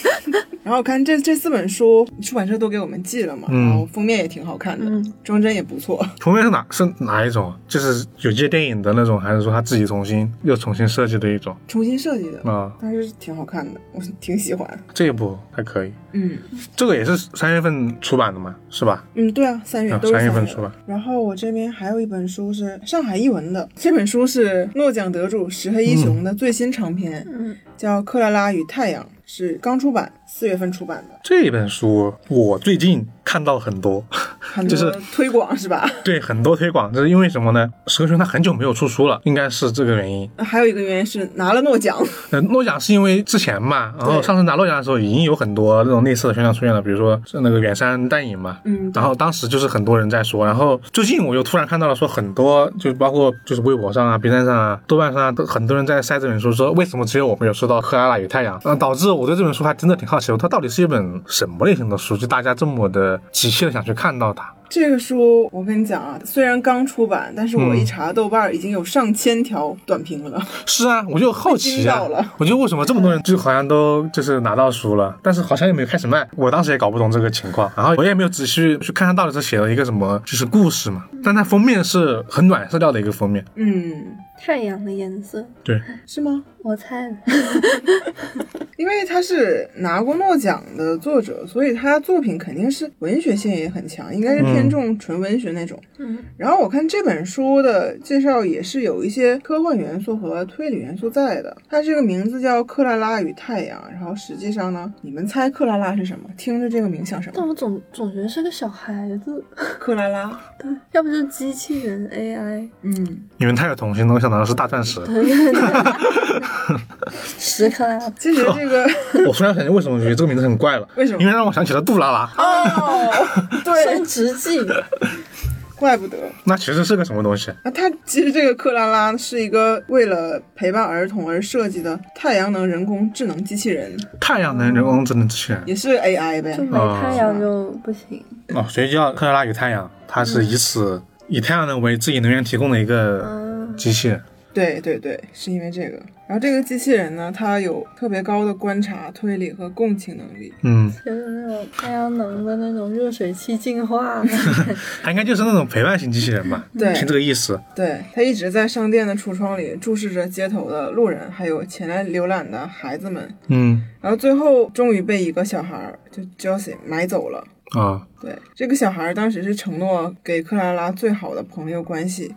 [SPEAKER 3] (laughs)
[SPEAKER 2] 然后我看这这四本书，出版社都给我们寄了嘛，然
[SPEAKER 1] 嗯
[SPEAKER 2] 后封面也挺好看的，
[SPEAKER 3] 嗯
[SPEAKER 2] 装帧也不错。
[SPEAKER 1] 图面是哪是哪一种？就是有借电影的那种，还是说他自己重新又重新设计的一种
[SPEAKER 2] 重新设计的，
[SPEAKER 1] 啊？
[SPEAKER 2] 但是挺好看的， (laughs) 我挺喜欢。
[SPEAKER 1] 这一部还可以，
[SPEAKER 2] 嗯
[SPEAKER 1] 这个也是三月份出版的嘛，是吧？
[SPEAKER 2] 嗯，对啊，三月、
[SPEAKER 1] 啊
[SPEAKER 2] 都是
[SPEAKER 1] 三月份
[SPEAKER 2] 的
[SPEAKER 1] 出版。
[SPEAKER 2] 然后我这边还有一本书是上海译文的，这本书是诺奖得主石黑一雄的最新长篇，
[SPEAKER 3] 嗯，
[SPEAKER 2] 叫《克拉拉与太阳》，是刚出版，四月份出版的，
[SPEAKER 1] 这本书我最近看到很多， (laughs)
[SPEAKER 2] 很
[SPEAKER 1] 就
[SPEAKER 2] 多
[SPEAKER 1] 是
[SPEAKER 2] 推广是吧？ (laughs)
[SPEAKER 1] 对很多推广，这是因为什么呢？蛇熊他很久没有出书了，应该是这个原因。
[SPEAKER 2] 还有一个原因是拿了诺奖，
[SPEAKER 1] 呃，诺奖是因为之前嘛，然后上次拿诺奖的时候已经有很多这种类似的宣传出现了，比如说是那个远山淡影嘛。
[SPEAKER 2] 嗯，
[SPEAKER 1] 然后当时就是很多人在说，然后最近我又突然看到了说很多，就是包括就是微博上啊、B 站上啊、豆瓣上啊，都很多人在晒这本书，说为什么只有我没有收到《克拉拉与太阳》？嗯，导致我对这本书还真的挺好奇，它到底是一本什么类型的书，就大家这么的急切的想去看到它。
[SPEAKER 2] 这个书我跟你讲啊，虽然刚出版，但是
[SPEAKER 1] 嗯
[SPEAKER 2] 我一查豆瓣儿已经有上千条短评了。
[SPEAKER 1] 是啊，我就好奇
[SPEAKER 2] 被
[SPEAKER 1] 啊
[SPEAKER 2] 惊到了，
[SPEAKER 1] 我就为什么这么多人就好像都就是拿到书了，但是好像也没有开始卖。我当时也搞不懂这个情况，然后我也没有仔细去看它到底是写了一个什么就是故事嘛。但它封面是很暖色调的一个封面，
[SPEAKER 2] 嗯，
[SPEAKER 3] 太阳的颜色，
[SPEAKER 1] 对，
[SPEAKER 2] 是吗？
[SPEAKER 3] 我猜的， (laughs)
[SPEAKER 2] 因为他是拿过诺奖的作者，所以他作品肯定是文学性也很强，应该是偏重纯文学那种。
[SPEAKER 3] 嗯，
[SPEAKER 2] 然后我看这本书的介绍也是有一些科幻元素和推理元素在的。它这个名字叫《克拉拉与太阳》，然后实际上呢，你们猜克拉拉是什么？听着这个名像什
[SPEAKER 3] 但
[SPEAKER 2] 么？
[SPEAKER 3] 我总总觉得是个小孩子， (laughs)
[SPEAKER 2] 克拉拉，
[SPEAKER 3] 要不就是机器人 AI，
[SPEAKER 2] 嗯。
[SPEAKER 1] 你们太有童心了，我想到的是大钻 (laughs) 石。
[SPEAKER 3] (laughs) 十克拉，
[SPEAKER 2] 其实这个
[SPEAKER 1] 我突然想起为什么我觉得这个名字很怪了，
[SPEAKER 2] 为什么
[SPEAKER 1] 因为啊让我想起了杜拉拉，
[SPEAKER 2] 哦，对
[SPEAKER 3] 生，殖
[SPEAKER 2] (laughs)
[SPEAKER 3] 剂，
[SPEAKER 1] 哦
[SPEAKER 2] 怪不得。
[SPEAKER 1] 那其实是个什么东西？
[SPEAKER 2] 啊，它其实这个克拉拉是一个为了陪伴儿童而设计的太阳能人工智能机器人，
[SPEAKER 1] 太阳能人工智能机器人
[SPEAKER 2] 也是 AI 呗
[SPEAKER 3] 就。没太阳就不行，
[SPEAKER 1] 哦，所以叫克拉拉与太阳，它是以此以太阳能为自己能源提供的一个
[SPEAKER 3] 嗯，
[SPEAKER 1] 机器人。
[SPEAKER 2] 对对对，是因为这个。然后这个机器人呢，它有特别高的观察、推理和共情能力。
[SPEAKER 1] 嗯，
[SPEAKER 3] 就是那种太阳能的那种热水器进化，
[SPEAKER 1] 它应该就是那种陪伴型机器人吧，
[SPEAKER 2] 对
[SPEAKER 1] 听这个意思。
[SPEAKER 2] 对，它一直在商店的橱窗里注视着街头的路人，还有前来浏览的孩子们。
[SPEAKER 1] 嗯
[SPEAKER 2] 然后最后终于被一个小孩儿，就 Josie 买走了。
[SPEAKER 1] 啊，
[SPEAKER 2] 对，这个小孩儿当时是承诺给克拉拉最好的朋友关系，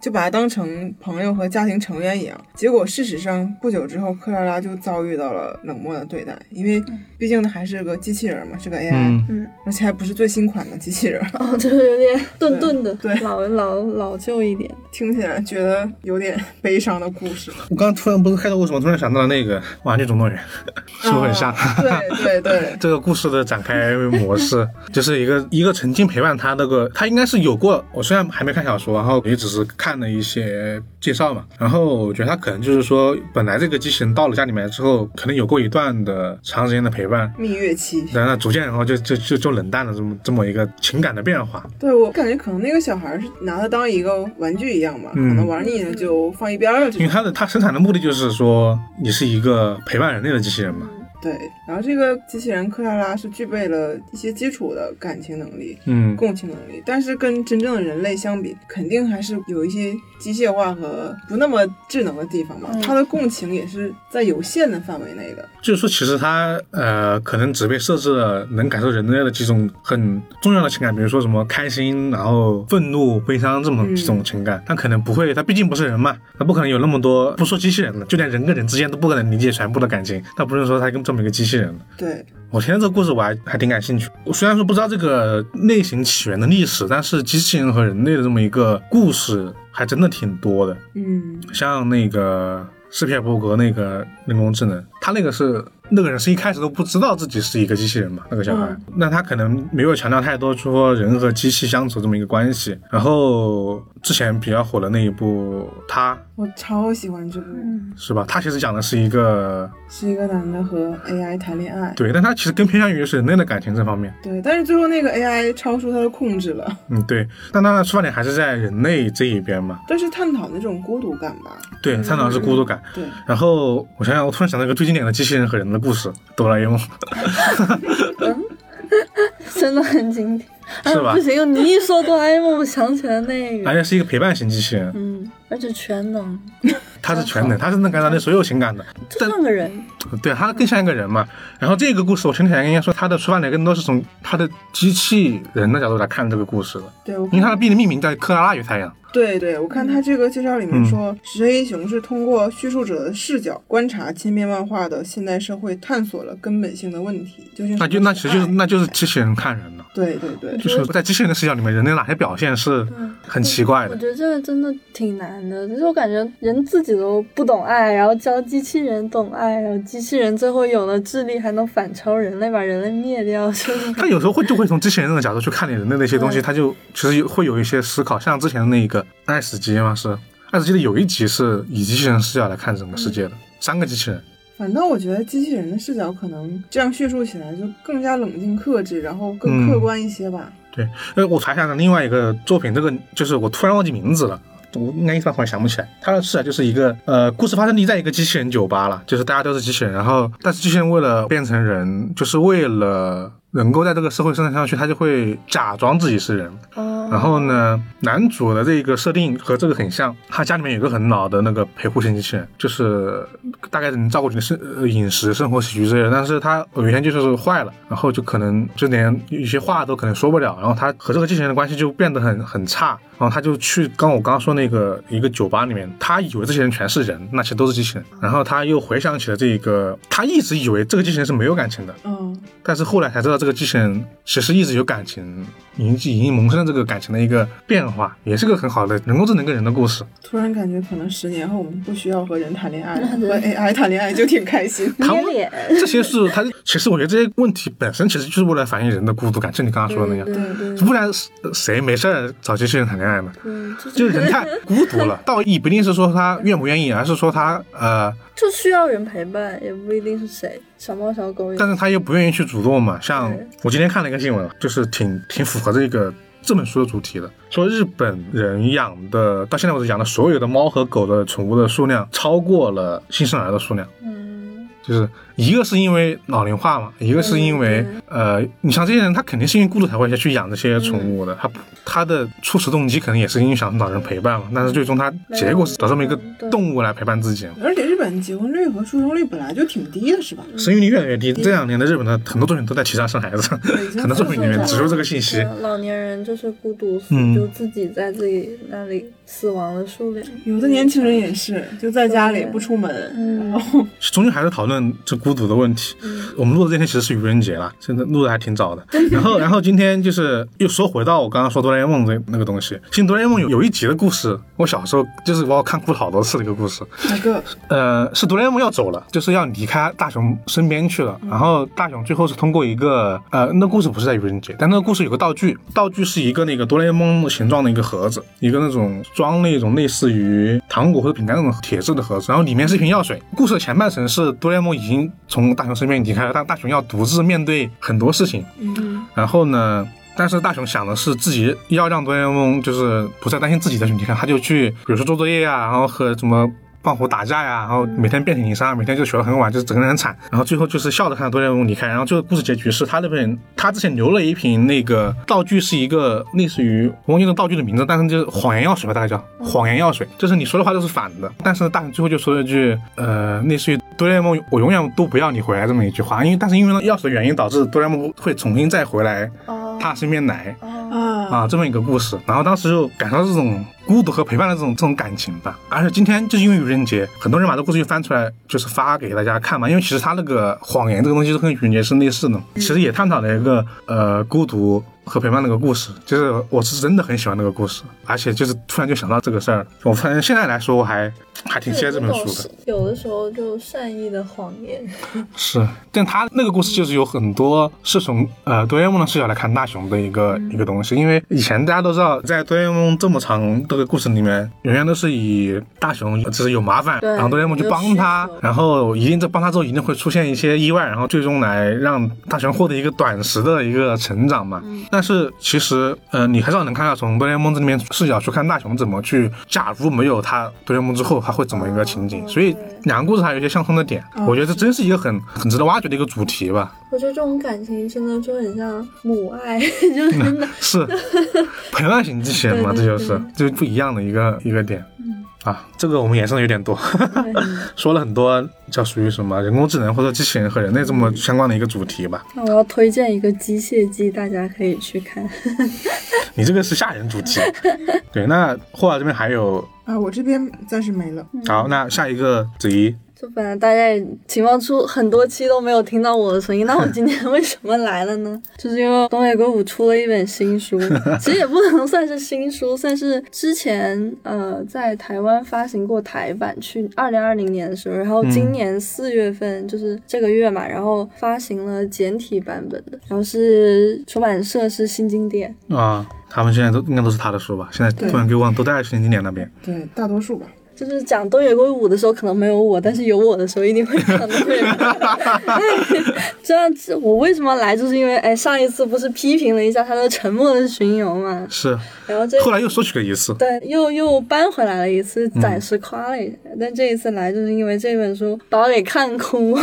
[SPEAKER 2] 就把他当成朋友和家庭成员一样。结果事实上不久之后，克拉拉就遭遇到了冷漠的对待，因为毕竟他还是个机器人嘛，是个 AI，、
[SPEAKER 1] 嗯
[SPEAKER 2] 而且还不是最新款的机器人，
[SPEAKER 3] 哦，就是有点钝钝的，
[SPEAKER 2] 对对
[SPEAKER 3] 老老老旧一点。
[SPEAKER 2] 听起来觉得有点 (laughs) 悲伤的故事。
[SPEAKER 1] 我刚刚突然不是开头为什么突然想到了那个《玩具总动员》， (laughs) 是不是很像？
[SPEAKER 2] 啊对对对
[SPEAKER 1] 这个故事的展开模式，就是一个一个曾经陪伴他那个，他应该是有过。我虽然还没看小说，然后也只是看了一些介绍嘛。然后我觉得他可能就是说，本来这个机器人到了家里面之后，可能有过一段的长时间的陪伴，
[SPEAKER 2] 蜜月期，
[SPEAKER 1] 然后逐渐然后就就就就冷淡了这么这么一个情感的变化。
[SPEAKER 2] 对我感觉可能那个小孩儿是拿它当一个玩具一样吧，
[SPEAKER 1] 嗯
[SPEAKER 2] 可能玩腻了就放一边儿了这
[SPEAKER 1] 因为
[SPEAKER 2] 种。
[SPEAKER 1] 他的他生产的目的就是说，你是一个陪伴人类的机器人嘛。
[SPEAKER 2] 对，然后这个机器人克拉拉是具备了一些基础的感情能力、
[SPEAKER 1] 嗯，
[SPEAKER 2] 共情能力，但是跟真正的人类相比，肯定还是有一些机械化和不那么智能的地方吧
[SPEAKER 3] 嗯。
[SPEAKER 2] 它的共情也是在有限的范围内的。
[SPEAKER 1] 就是说，其实它呃，可能只被设置了能感受人类的几种很重要的情感，比如说什么开心，然后愤怒、悲伤这么
[SPEAKER 2] 嗯
[SPEAKER 1] 几种情感。它可能不会，它毕竟不是人嘛，它不可能有那么多。不说机器人了，就连人跟人之间都不可能理解全部的感情，那不是说它跟这么一个机器人了。
[SPEAKER 2] 对，
[SPEAKER 1] 我听到这个故事，我还还挺感兴趣。我虽然说不知道这个类型起源的历史，但是机器人和人类的这么一个故事，还真的挺多的。
[SPEAKER 2] 嗯，
[SPEAKER 1] 像那个斯皮尔伯格那个人工智能，他那个是那个人是一开始都不知道自己是一个机器人嘛，那个小孩，那他可能没有强调太多说人和机器相处这么一个关系。然后之前比较火的那一部《他》，
[SPEAKER 2] 我超喜欢这部，
[SPEAKER 3] 嗯
[SPEAKER 1] 是吧？他其实讲的是一个
[SPEAKER 2] 是一个男的和 AI 谈恋爱。
[SPEAKER 1] 对，但他其实更偏向于是人类的感情这方面。
[SPEAKER 2] 对，但是最后那个 AI 超出他的控制了，
[SPEAKER 1] 嗯，对，但他的出发点还是在人类这一边嘛。
[SPEAKER 2] 但是探讨那种孤独感吧。
[SPEAKER 1] 对，探讨的是孤独感。
[SPEAKER 2] 对，
[SPEAKER 1] 然后我想想，我突然想到一个最经典的机器人和人的故事，《哆啦 A 梦》。
[SPEAKER 3] 真的很经典。哎
[SPEAKER 1] 是吧
[SPEAKER 3] 不行，你一说哆啦 A 梦，我想起来那
[SPEAKER 1] 而
[SPEAKER 3] 个，
[SPEAKER 1] 且是一个陪伴型机器人，
[SPEAKER 3] 嗯，而且全能，
[SPEAKER 1] 它是全能，它是能感染人所有情感的。
[SPEAKER 3] 就
[SPEAKER 1] 但
[SPEAKER 3] 像个人，
[SPEAKER 1] 对，它更像一个人嘛。然后这个故事，我听起来应该说它的出发点更多是从它的机器人的角度来看这个故事的，
[SPEAKER 2] 对我
[SPEAKER 1] 因为它的命命名叫克拉拉与太阳。
[SPEAKER 2] 对对，我看
[SPEAKER 1] 嗯
[SPEAKER 2] 他这个介绍里面说，石黑一雄是通过叙述者的视角观察千变万化的现代社会，探索了根本性的问题。究竟
[SPEAKER 1] 那就
[SPEAKER 2] 什
[SPEAKER 1] 那
[SPEAKER 2] 么
[SPEAKER 1] 其实就是
[SPEAKER 2] 爱
[SPEAKER 1] 那就是机器人看人了，
[SPEAKER 2] 对对对，
[SPEAKER 1] 就是在机器人的视角里面，人类哪些表现是很奇怪的。
[SPEAKER 3] 我觉得这个真的挺难的，就是我感觉人自己都不懂爱，然后教机器人懂爱，然后机器人最后有了智力，还能反超人类，把人类灭掉，就是
[SPEAKER 1] 但有时候会就会从机器人的角度去看你人类的一些东西，
[SPEAKER 3] 嗯
[SPEAKER 1] 它就其实有会有一些思考。像之前的那个爱死机嘛，是爱死机的有一集是以机器人视角来看整个世界的，三个机器人。
[SPEAKER 2] 反倒我觉得机器人的视角可能这样叙述起来就更加冷静克制，然后更
[SPEAKER 1] 嗯
[SPEAKER 2] 客观一些吧。
[SPEAKER 1] 对，呃，我查一下呢，另外一个作品，这个就是我突然忘记名字了。我应该一时半会儿想不起来，它的视角就是一个呃，故事发生地在一个机器人酒吧了，就是大家都是机器人，然后但是机器人为了变成人，就是为了能够在这个社会生存下去，他就会假装自己是人。然
[SPEAKER 3] 哦，
[SPEAKER 1] 后呢，男主的这个设定和这个很像，他家里面有个很老的那个陪护型机器人，就是大概能照顾你的生、呃、饮食、生活起居之类的。但是他有一天就是坏了，然后就可能就连一些话都可能说不了，然后他和这个机器人的关系就变得很很差。然后他就去刚我刚刚说那个一个酒吧里面，他以为这些人全是人，那其实都是机器人。然后他又回想起了这个，他一直以为这个机器人是没有感情的，
[SPEAKER 2] 嗯，
[SPEAKER 1] 但是后来才知道，这个机器人其实一直有感情，隐隐隐萌生了这个感情的一个变化，也是个很好的人工智能跟人的故事。
[SPEAKER 2] 突然感觉可能十年后我们不需要和人谈恋爱了，
[SPEAKER 3] (laughs) 对
[SPEAKER 2] 和 AI 谈恋爱就挺开心。
[SPEAKER 1] 他
[SPEAKER 3] 捏脸，
[SPEAKER 1] 这些是它，其实我觉得这些问题本身其实就是为了反映人的孤独感，就你刚刚说的那样，
[SPEAKER 3] 对对
[SPEAKER 1] 不然谁没事儿找机器人谈恋爱呢？
[SPEAKER 3] 嗯，就是
[SPEAKER 1] 就是人太孤独了，道义不一定是说他愿不愿意，而是说他呃，
[SPEAKER 3] 就需要人陪伴，也不一定是谁，小猫小狗也
[SPEAKER 1] 但是他又不愿意去主动嘛。像啊
[SPEAKER 3] 对
[SPEAKER 1] 我今天看了一个新闻，就是挺挺符合这个这本书的主题了，说日本人养的到现在为止养的所有的猫和狗的宠物的数量超过了新生儿的数量。
[SPEAKER 3] 嗯，
[SPEAKER 1] 就是一个是因为老龄化嘛，一个是因为、
[SPEAKER 3] 嗯
[SPEAKER 1] 呃，你像这些人，他肯定是因为孤独才会去养这些宠物
[SPEAKER 3] 嗯
[SPEAKER 1] 的，他不他的初始动机可能也是因为想找人陪伴嘛，但是最终他结果是找这么一个
[SPEAKER 3] 嗯对
[SPEAKER 1] 动物来陪伴自己嘛，
[SPEAKER 2] 而且日本结婚率和出生率本来就挺低的，是吧？
[SPEAKER 1] 生育率越来越低。哎这两年的日本的很多东西都在提倡生孩子，
[SPEAKER 2] 对
[SPEAKER 1] (laughs) 可能是
[SPEAKER 2] 已
[SPEAKER 1] 会
[SPEAKER 2] 经
[SPEAKER 1] 里面植入这个信息。
[SPEAKER 3] 老年人就是孤独死，
[SPEAKER 1] 嗯
[SPEAKER 3] 就自己在自己那里死亡的数量。
[SPEAKER 2] 有的年轻人也是，就在家里不出门，
[SPEAKER 3] 嗯
[SPEAKER 2] 然后
[SPEAKER 1] 终究还是讨论这孤独的问题。
[SPEAKER 2] 嗯
[SPEAKER 1] 我们录的这天其实是愚人节啦，真的录的还挺早的。然后，然后今天就是又说回到我刚刚说哆啦 A 梦这那个东西。其实哆啦 A 梦有有一集的故事，我小时候就是把我看哭了好多次的一个故事。
[SPEAKER 2] 哪个
[SPEAKER 1] 呃，是哆啦 A 梦要走了，就是要离开大雄身边去了。然后大雄最后是通过一个呃，那故事不是在愚人节，但那个故事有个道具，道具是一个那个哆啦 A 梦形状的一个盒子，一个那种装那种类似于糖果或者饼干那种铁质的盒子，然后里面是一瓶药水。故事的前半程是哆啦 A 梦已经从大雄身边离开了，但大雄要独自面对很多事情。
[SPEAKER 2] 嗯，
[SPEAKER 1] 然后呢，但是大雄想的是自己要让哆啦 A 梦就是不再担心自己的问题，他就去比如说做作业呀、啊然后和什么。胖虎打架呀，然后每天遍体鳞伤，每天就学得很晚，就是整个人很惨。然后最后就是笑着看着哆啦 A 梦离开。然后最后故事结局是他那边，他之前留了一瓶那个道具，是一个类似于我忘记那道具的名字，但是就是谎言药水吧，大概叫谎言药水，就是你说的话都是反的。但是大雄最后就说了一句，呃，类似于哆啦 A 梦，我永远都不要你回来这么一句话。因为但是因为那药水的原因，导致哆啦 A 梦会重新再回来
[SPEAKER 3] 哦
[SPEAKER 1] 他身边来
[SPEAKER 3] 哦，
[SPEAKER 2] 啊，
[SPEAKER 1] 啊，这么一个故事。然后当时就感受到这种孤独和陪伴的这种这种感情吧。而且今天就是因为愚人节，很多人把这个故事就翻出来，就是发给大家看嘛。因为其实他那个谎言这个东西是跟愚人节是类似的，其实也探讨了一个呃孤独。和陪伴那个故事，就是我是真的很喜欢那个故事，而且就是突然就想到这个事儿，我反正现在来说我还还挺期待这本书的。
[SPEAKER 3] 有的时候就善意的谎言，
[SPEAKER 1] 是，但他那个故事就是有很多是从呃哆啦 A 梦的视角来看大雄的一个、
[SPEAKER 3] 嗯
[SPEAKER 1] 一个东西，因为以前大家都知道，在哆啦 A 梦这么长这个故事里面，永远都是以大雄呃就是有麻烦，
[SPEAKER 3] 对
[SPEAKER 1] 然后哆啦 A 梦去
[SPEAKER 3] 有
[SPEAKER 1] 帮他
[SPEAKER 3] 需求，
[SPEAKER 1] 然后一定在帮他之后一定会出现一些意外，然后最终来让大雄获得一个短时的一个成长嘛。但是其实呃你很少能看到从哆啦 A 梦这里面视角去看大雄怎么去，假如没有他哆啦 A 梦之后他会怎么一个情景，所以两个故事还有一些相通的点，我觉得这真是一个很很值得挖掘的一个主题吧。
[SPEAKER 3] 我觉得这种感情真的就很像母爱， (laughs) 就是真的 (laughs)
[SPEAKER 1] 是陪伴型机器人嘛，这
[SPEAKER 3] 对
[SPEAKER 1] 就
[SPEAKER 3] 对嗯
[SPEAKER 1] 是这就不一样的一个一个点。啊，这个我们延伸的有点多， (laughs) 说了很多叫属于什么人工智能或者机器人和人类这么相关的一个主题吧。
[SPEAKER 3] 那我要推荐一个机械姬，大家可以去看。
[SPEAKER 1] 你这个是吓人主
[SPEAKER 3] (laughs)
[SPEAKER 1] 题，对。那霍尔这边还有，
[SPEAKER 2] 啊，我这边暂时没了。
[SPEAKER 3] 嗯
[SPEAKER 1] 好，那下一个子怡，
[SPEAKER 3] 就本来大家也情报处很多期都没有听到我的声音，那我今天 (laughs) 为什么来了呢？就是因为东野圭吾出了一本新书，其实也不能算是新书，算是之前呃在台湾发行过台版，去二零二零年的时候，然后今年四月份、就是这个月嘛，然后发行了简体版本的，然后是出版社是新经典，
[SPEAKER 1] 啊，他们现在都应该都是他的书吧？现在突然给我忘，都带去经典那边。
[SPEAKER 2] 对，大多数吧。
[SPEAKER 3] 就是讲东野圭吾的时候可能没有我，但是有我的时候一定会 (laughs) 讲东野圭吾。这样子，我为什么来，就是因为哎，上一次不是批评了一下他的《沉默的巡游》嘛，
[SPEAKER 1] 是，
[SPEAKER 3] 然后这
[SPEAKER 1] 后来又收取了一次。
[SPEAKER 3] 对又又搬回来了一次，暂时夸了一下。但这一次来，就是因为这本书 (laughs) 把我给看哭。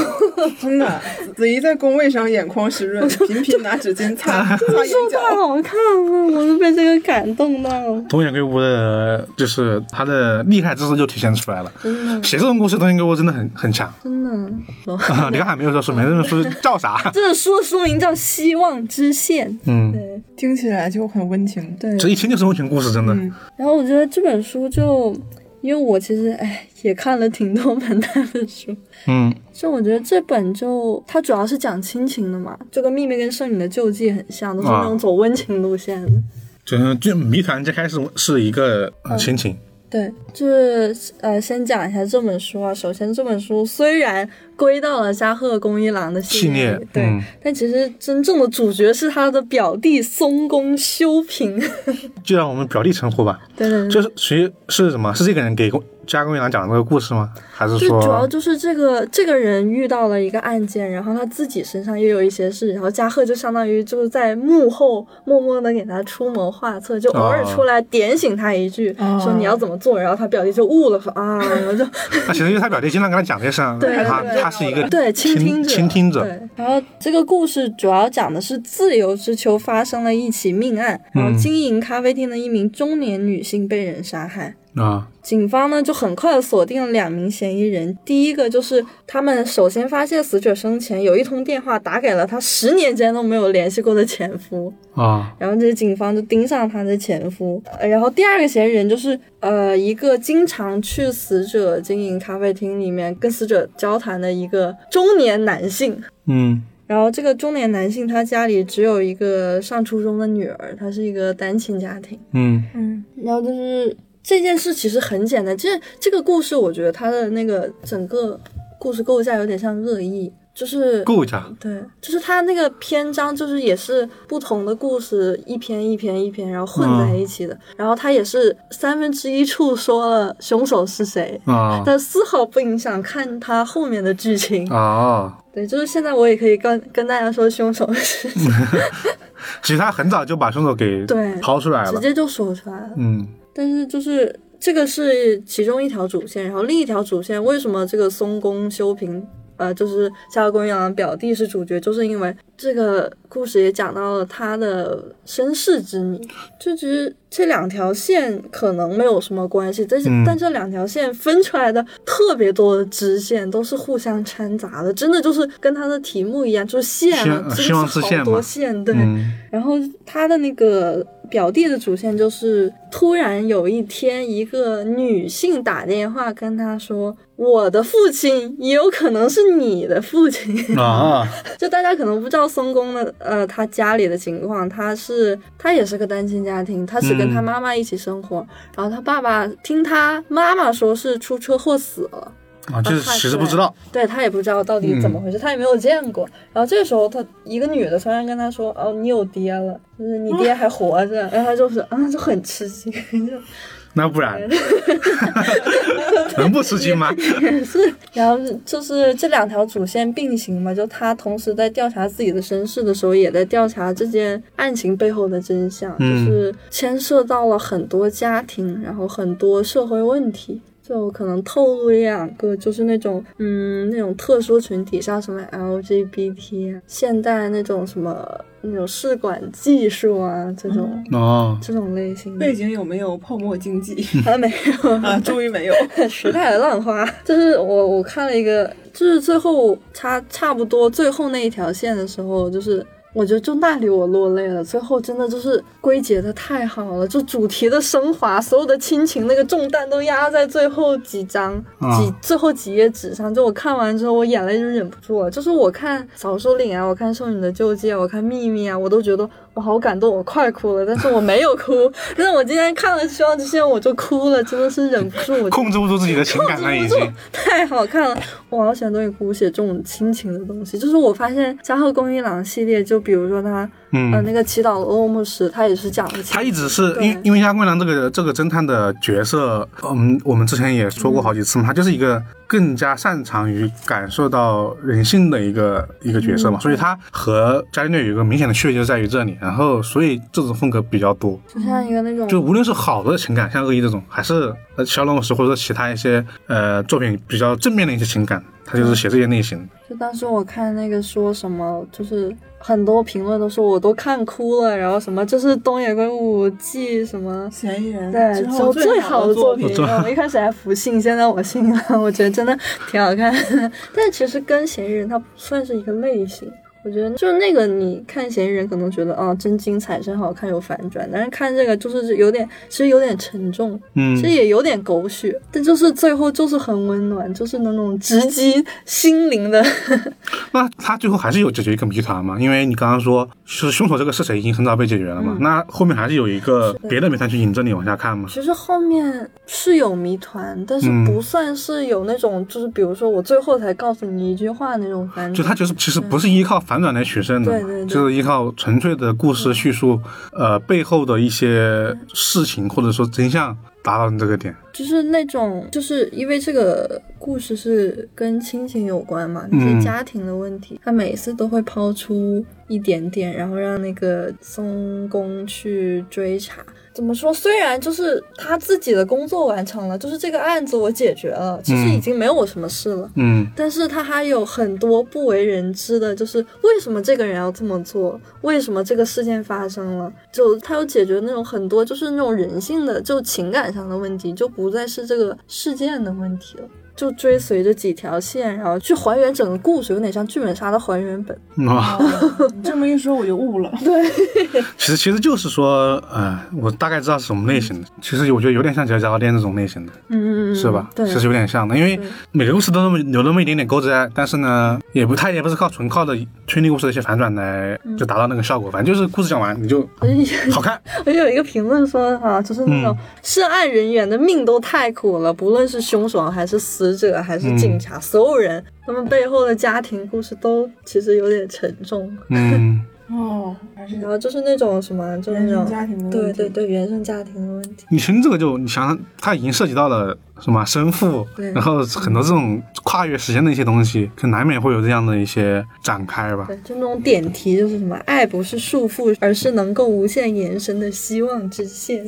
[SPEAKER 2] 真的，子怡在工位上眼眶湿润，频频拿纸巾擦擦眼角。
[SPEAKER 3] 太好看了，我都被这个感动到了。
[SPEAKER 1] 东野圭吾的，就是他的厉害之处就体现出来了。
[SPEAKER 3] 嗯
[SPEAKER 1] 写这种故事，东野圭吾真的很很强。
[SPEAKER 3] 真的， (laughs)
[SPEAKER 1] 啊你刚才没有说书名，这本书叫啥？
[SPEAKER 3] 这本书的书名叫《希望之线》。
[SPEAKER 1] 嗯，
[SPEAKER 3] (laughs) 对
[SPEAKER 2] 听起来就很温情。
[SPEAKER 3] 对，
[SPEAKER 1] 这一听就是温情故事，真的。
[SPEAKER 2] 嗯
[SPEAKER 3] 然后我觉得这本书就，因为我其实哎也看了挺多本那本书，
[SPEAKER 1] 嗯，
[SPEAKER 3] 就我觉得这本就它主要是讲亲情的嘛，就跟《秘密》跟《圣女的救济》很像，都是那种走温情路线的。
[SPEAKER 1] 就是就谜团最开始是一个呃
[SPEAKER 3] 嗯
[SPEAKER 1] 亲情，
[SPEAKER 3] 对，就是呃，先讲一下这本书啊。首先，这本书虽然归到了加贺恭一郎的系列里
[SPEAKER 1] 系列
[SPEAKER 3] 对，
[SPEAKER 1] 嗯
[SPEAKER 3] 但其实真正的主角是他的表弟松宫修平。 (laughs)
[SPEAKER 1] 就让我们表弟称呼吧。
[SPEAKER 3] 对对对，
[SPEAKER 1] 就是谁是什么？是这个人给加工院长讲的那个故事吗？还是
[SPEAKER 3] 就
[SPEAKER 1] 说
[SPEAKER 3] 主要就是这个这个人遇到了一个案件，然后他自己身上又有一些事，然后加贺就相当于就是在幕后默默的给他出谋划策，就偶尔
[SPEAKER 1] 哦
[SPEAKER 3] 出来点醒他一句，
[SPEAKER 2] 哦
[SPEAKER 3] 说你要怎么做，然后他表弟就悟了，说啊，我就
[SPEAKER 1] 他其实因为他表弟经常跟他讲这些事儿，
[SPEAKER 3] 对
[SPEAKER 1] 他
[SPEAKER 3] 对对
[SPEAKER 1] 他是一个
[SPEAKER 3] 对倾听者，
[SPEAKER 1] 倾听者
[SPEAKER 3] 对，然后这个故事主要讲的是自由之丘发生了一起命案，然后
[SPEAKER 1] 嗯
[SPEAKER 3] 经营咖啡厅的一名中年女性被人杀害。
[SPEAKER 1] 啊，
[SPEAKER 3] 警方呢就很快的锁定了两名嫌疑人，第一个就是他们首先发现死者生前有一通电话打给了他十年间都没有联系过的前夫，
[SPEAKER 1] 啊
[SPEAKER 3] 然后这警方就盯上他的前夫。呃然后第二个嫌疑人就是呃一个经常去死者经营咖啡厅里面跟死者交谈的一个中年男性。
[SPEAKER 1] 嗯
[SPEAKER 3] 然后这个中年男性他家里只有一个上初中的女儿，他是一个单亲家庭。
[SPEAKER 1] 嗯
[SPEAKER 2] 嗯，
[SPEAKER 3] 然后就是这件事其实很简单，这这个故事我觉得它的那个整个故事构架有点像恶意，就是
[SPEAKER 1] 够一下，
[SPEAKER 3] 对，就是它那个篇章就是也是不同的故事一篇一篇一篇，然后混在一起的，然后它也是三分之一处说了凶手是谁。
[SPEAKER 1] 啊
[SPEAKER 3] 但丝毫不影响看它后面的剧情。
[SPEAKER 1] 啊，
[SPEAKER 3] 对，就是现在我也可以跟跟大家说凶手是谁，
[SPEAKER 1] 其实他很早就把凶手给
[SPEAKER 3] 对
[SPEAKER 1] 抛出来
[SPEAKER 3] 直
[SPEAKER 1] 了，
[SPEAKER 3] 接就说出来了。
[SPEAKER 1] 嗯
[SPEAKER 3] 但是就是这个是其中一条主线，然后另一条主线为什么这个松宫修平，呃，就是夏侯公一郎的表弟是主角，就是因为这个故事也讲到了他的身世之谜。就其实这两条线可能没有什么关系，但是、
[SPEAKER 1] 嗯
[SPEAKER 3] 但这两条线分出来的特别多的支线都是互相掺杂的，真的就是跟它的题目一样，就是线啊，
[SPEAKER 1] 希
[SPEAKER 3] 真的
[SPEAKER 1] 希
[SPEAKER 3] 是
[SPEAKER 1] 望之线
[SPEAKER 3] 好多
[SPEAKER 1] 嘛
[SPEAKER 3] 线，对。
[SPEAKER 1] 嗯
[SPEAKER 3] 然后他的那个表弟的主线就是，突然有一天，一个女性打电话跟他说：“我的父亲也有可能是你的父亲。 (laughs)
[SPEAKER 1] 啊，”
[SPEAKER 3] 就大家可能不知道松宫的呃他家里的情况，他是他也是个单亲家庭，他只跟他
[SPEAKER 1] 嗯
[SPEAKER 3] 妈妈一起生活，然后他爸爸听他妈妈说是出车祸死了。
[SPEAKER 1] 啊，就是其实不知道，
[SPEAKER 3] 对他也不知道到底怎么回事，他也没有见过。然后这个时候，他一个女的突然跟他说：“哦，你有爹了，就是你爹还活着。然后他就是啊，就很吃惊， (laughs) 就
[SPEAKER 1] 那不然 (laughs) 能不吃惊吗？
[SPEAKER 3] 也是。然后就是这两条主线并行嘛，就他同时在调查自己的身世的时候，也在调查这件案情背后的真相，
[SPEAKER 1] 嗯
[SPEAKER 3] 就是牵涉到了很多家庭，然后很多社会问题。就可能透露一两个，就是那种嗯那种特殊群体，像什么 LGBT 啊，现代那种什么那种试管技术啊这种、
[SPEAKER 1] 哦，
[SPEAKER 3] 这种类型的
[SPEAKER 2] 背景有没有泡沫经济 (laughs)
[SPEAKER 3] 啊没有
[SPEAKER 2] 啊？终于没有。
[SPEAKER 3] (laughs) 时代的浪花，就是我我看了一个，就是最后差差不多最后那一条线的时候，就是我觉得就那里我落泪了。最后真的就是归结的太好了，就主题的升华，所有的亲情那个重担都压在最后几章、
[SPEAKER 1] 啊
[SPEAKER 3] 几最后几页纸上。就我看完之后，我眼泪就忍不住了。就是我看《扫帚岭》啊，我看《少女的救济》啊，我看《秘密》啊，我都觉得我好感动，我快哭了，但是我没有哭。 (laughs) 但是我今天看了《希望之线》，我就哭了，真的是忍不住，我就
[SPEAKER 1] 控制不住自己的情感了已经，
[SPEAKER 3] 太好看了！我好喜欢东野圭吾写这种亲情的东西。就是我发现加贺恭一郎系列，就比如说他、呃
[SPEAKER 1] 嗯。
[SPEAKER 3] 那个祈祷的欧姆士，他也是讲的
[SPEAKER 1] 他
[SPEAKER 3] 亲。
[SPEAKER 1] 一直是
[SPEAKER 3] 对
[SPEAKER 1] 因因为加桂兰这个这个侦探的角色，嗯，我们之前也说过好几次嘛，他就是一个更加擅长于感受到人性的一个一个角色嘛，所以他和伽利略有一个明显的区别就在于这里，然后所以这种风格比较多，
[SPEAKER 3] 就像一个那种
[SPEAKER 1] 就无论是好的情感，像恶意这种，还是呃小龙老师或者说其他一些呃作品比较正面的一些情感，他就是写这些类型。
[SPEAKER 3] 就当时我看那个说什么，就是很多评论都说我都看哭了，然后什么这是东野圭吾继什么。
[SPEAKER 2] 嫌疑人
[SPEAKER 3] 对，
[SPEAKER 2] 之后
[SPEAKER 3] 就最好
[SPEAKER 2] 的
[SPEAKER 3] 的作
[SPEAKER 2] 品
[SPEAKER 3] 品，然后我一开始还不信，现在我信了，我觉得真的挺好看的。 (laughs) 但其实跟嫌疑人它不算是一个类型，我觉得就是那个你看嫌疑人可能觉得啊、真精彩，真好看，有反转，但是看这个就是有点，其实有点沉重，
[SPEAKER 1] 嗯
[SPEAKER 3] 其实也有点狗血，但就是最后就是很温暖，就是那种直击心灵的。 (laughs)
[SPEAKER 1] 那他最后还是有解决一个谜团嘛？因为你刚刚说是凶手这个是谁已经很早被解决了嘛，
[SPEAKER 3] 嗯
[SPEAKER 1] 那后面还是有一个
[SPEAKER 3] 是的
[SPEAKER 1] 别的谜团去引着你往下看嘛？
[SPEAKER 3] 其实后面是有谜团，但是
[SPEAKER 1] 嗯
[SPEAKER 3] 不算是有那种，就是比如说我最后才告诉你一句话那种反
[SPEAKER 1] 就
[SPEAKER 3] 转。
[SPEAKER 1] 他就是其实不是依靠反转来取胜的嘛，
[SPEAKER 3] 嗯对对对
[SPEAKER 1] 就是依靠纯粹的故事叙述，呃背后的一些事情或者说真相达到你这个点，
[SPEAKER 3] 就是那种，就是因为这个故事是跟亲情有关嘛，
[SPEAKER 1] 嗯
[SPEAKER 3] 是家庭的问题，他每次都会抛出一点点，然后让那个松宫去追查。怎么说？虽然就是他自己的工作完成了，就是这个案子我解决了，其实
[SPEAKER 1] 嗯
[SPEAKER 3] 已经没有我什么事了。
[SPEAKER 1] 嗯
[SPEAKER 3] 但是他还有很多不为人知的，就是为什么这个人要这么做，为什么这个事件发生了，就他有解决那种很多就是那种人性的，就情感上的问题，就不再是这个事件的问题了。就追随着几条线，然后去还原整个故事，有点像剧本杀的还原本。
[SPEAKER 1] 哇，
[SPEAKER 2] 啊你这么一说我就悟了，
[SPEAKER 1] 啊其实其实就是说，呃，我大概知道是什么类型的。其实我觉得有点像《绝交店》这种类型的，
[SPEAKER 3] 嗯，
[SPEAKER 1] 是吧？
[SPEAKER 3] 对，
[SPEAKER 1] 其实有点像的，因为
[SPEAKER 3] 对
[SPEAKER 1] 每个故事都那么有那么一点点钩子在，但是呢，也不它也不是靠纯靠的推理故事的一些反转来
[SPEAKER 3] 嗯
[SPEAKER 1] 就达到那个效果，反正就是故事讲完你就
[SPEAKER 3] 而且
[SPEAKER 1] 好看，
[SPEAKER 3] 而且有一个评论说啊，就是那种涉案人员的命都太苦了，不论是凶手还是死者还是警察，所有人他们背后的家庭故事都其实有点沉重。
[SPEAKER 1] 嗯，
[SPEAKER 2] 哦，还是
[SPEAKER 3] 然后就是那种什么，就是
[SPEAKER 2] 原
[SPEAKER 3] 那
[SPEAKER 2] 生
[SPEAKER 3] 种
[SPEAKER 2] 家庭的问题
[SPEAKER 3] 对对对原生家庭的问题。
[SPEAKER 1] 你听这个就你想想，它已经涉及到了什么生父
[SPEAKER 3] 对，
[SPEAKER 1] 然后很多这种跨越时间的一些东西，可难免会有这样的一些展开吧。
[SPEAKER 3] 对，就那种点题，就是什么，爱不是束缚，而是能够无限延伸的希望之线。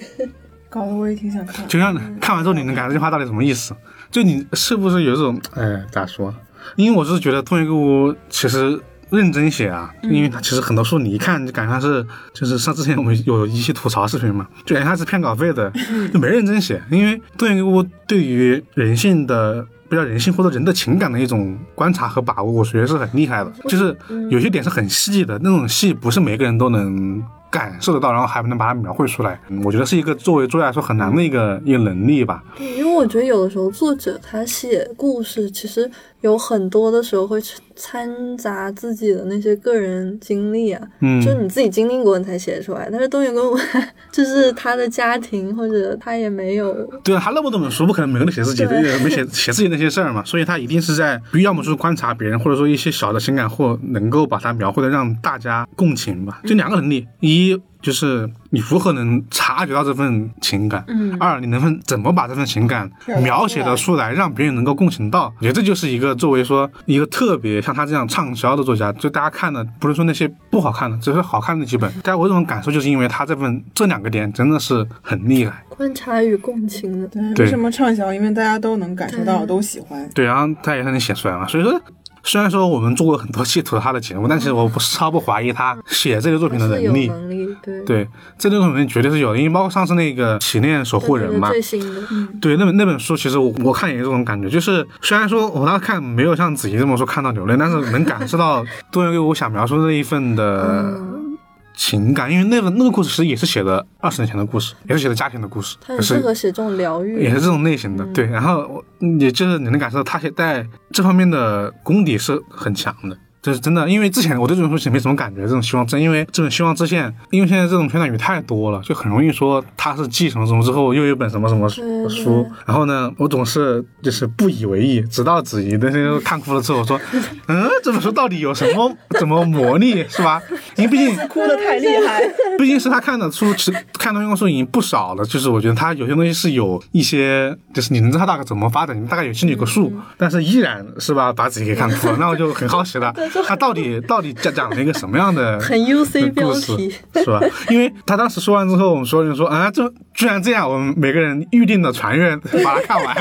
[SPEAKER 2] 搞得我也挺想看。
[SPEAKER 1] 就像看完之后你能感觉这句话到底什么意思？就你是不是有一种，哎，咋说？因为我是觉得《同一个屋》其实认真写啊，因为它其实很多书你一看就感觉它是，就是像之前我们有一期吐槽视频嘛，就感觉它是骗稿费的， (laughs) 就没认真写。因为《同一个屋》对于人性的。比较人性或者人的情感的一种观察和把握，我觉得是很厉害的。就是有些点是很细的，那种细不是每个人都能感受得到，然后还能把它描绘出来。嗯我觉得是一个作为作家来说很难的一个一个能力吧。
[SPEAKER 3] 对，因为我觉得有的时候作者他写故事，其实有很多的时候会掺杂自己的那些个人经历啊，
[SPEAKER 1] 嗯，
[SPEAKER 3] 就是你自己经历过你才写出来。但是东野圭吾 (laughs) 就是他的家庭或者他也没有，
[SPEAKER 1] 对啊，他那么多本书，不可能每个都写自己的，
[SPEAKER 3] 对
[SPEAKER 1] 也 (laughs) 没写写自己那些事儿嘛，所以他一定是在，要么就是观察别人，或者说一些小的情感，或能够把它描绘的让大家共情吧。
[SPEAKER 3] 嗯
[SPEAKER 1] 就两个能力，一就是你如何能察觉到这份情感，
[SPEAKER 3] 嗯啊
[SPEAKER 1] 二你能分怎么把这份情感描写的出来，让别人能够共情到。我觉得这就是一个作为说一个特别像他这样畅销的作家，就大家看的不是说那些不好看的，只是好看的几本，但我有种感受就是因为他这份这两个点真的是很厉害。
[SPEAKER 3] 观察与共情的。
[SPEAKER 2] 对，
[SPEAKER 1] 对
[SPEAKER 2] 为什么畅销？因为大家都能感受到，
[SPEAKER 3] 对
[SPEAKER 2] 都喜
[SPEAKER 3] (laughs)
[SPEAKER 2] 欢。
[SPEAKER 1] 对，然后他也是能写出来嘛。所以说，虽然说我们做过很多企图他的节目，但其实我不是超不怀疑他写这类作品的
[SPEAKER 3] 还是有
[SPEAKER 1] 能力。
[SPEAKER 3] 能力，对
[SPEAKER 1] 对，这类作品绝对是有的，因为包括上次那个《祈念守护人》嘛，
[SPEAKER 3] 最新的，
[SPEAKER 1] 对，那本那本书其实我我看也有这种感觉，就是虽然说我当时看没有像子怡这么说看到流泪，但是能感受到多元给我想描述的那一份的
[SPEAKER 3] 嗯，
[SPEAKER 1] 情感，因为那本那个故事其实也是写的二十年前的故事，也是写的家庭的故事，
[SPEAKER 3] 他
[SPEAKER 1] 也
[SPEAKER 3] 很适
[SPEAKER 1] 是
[SPEAKER 3] 合写这种疗愈
[SPEAKER 1] 也，是这种类型的。对，然后我嗯也就是你能感受到他写在这方面的功底是很强的。这是真的，因为之前我对这种东西没什么感觉，这种希望之，因为这种希望之线，因为现在这种宣传语太多了，就很容易说他是继什么什么之后又有一本什么什么书
[SPEAKER 3] 对对
[SPEAKER 1] 书，然后呢，我总是就是不以为意，直到子怡那天看哭了之后，我说，嗯，这本书到底有什么怎么魔力是吧？因为毕竟
[SPEAKER 2] 哭的太厉 (laughs) 害，
[SPEAKER 1] (laughs) 毕竟是他看的书，其实看东西书已经不少了。就是我觉得他有些东西是有一些，就是你能知道他大概怎么发展，你大概有心里有个数，
[SPEAKER 3] 嗯
[SPEAKER 1] 但是依然是吧，把自己给看哭了。那我就很好奇
[SPEAKER 3] (laughs)
[SPEAKER 1] 了，他到底到底讲讲了一个什么样的
[SPEAKER 3] 很 UC 标
[SPEAKER 1] 故事 (laughs)
[SPEAKER 3] 题， (laughs)
[SPEAKER 1] 是吧？因为他当时说完之后，我们所有人说啊，这居然这样，我们每个人预定的传阅 (laughs) 把它看完。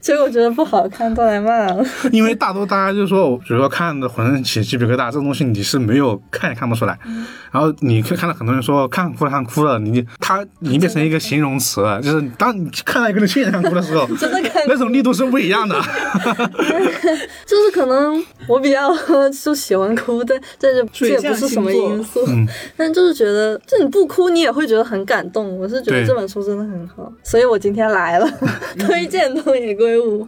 [SPEAKER 3] 结果觉得不好看，都来骂了。 (laughs)
[SPEAKER 1] 因为大多大家就说，比如说看的浑身起鸡皮疙瘩，这种东西你是没有看也看不出来。
[SPEAKER 3] 嗯
[SPEAKER 1] 然后你可以看到很多人说看哭了看哭了，你它已经变成一个形容词了，就是当你看到一个人亲眼看哭的时候，
[SPEAKER 3] (laughs) 真的看哭
[SPEAKER 1] 那种力度是不一
[SPEAKER 3] (laughs)
[SPEAKER 1] 样的。
[SPEAKER 3] 就是可能我比较 (laughs) 就喜欢哭，但但是这也不是什么因素，
[SPEAKER 1] 嗯
[SPEAKER 3] (laughs) 但就是觉得，就你不哭你也会觉得很感动。我是觉得
[SPEAKER 1] 对
[SPEAKER 3] 这本书真的很好，
[SPEAKER 1] 嗯
[SPEAKER 3] 所以我今天来了， (laughs) 推荐东野圭吾。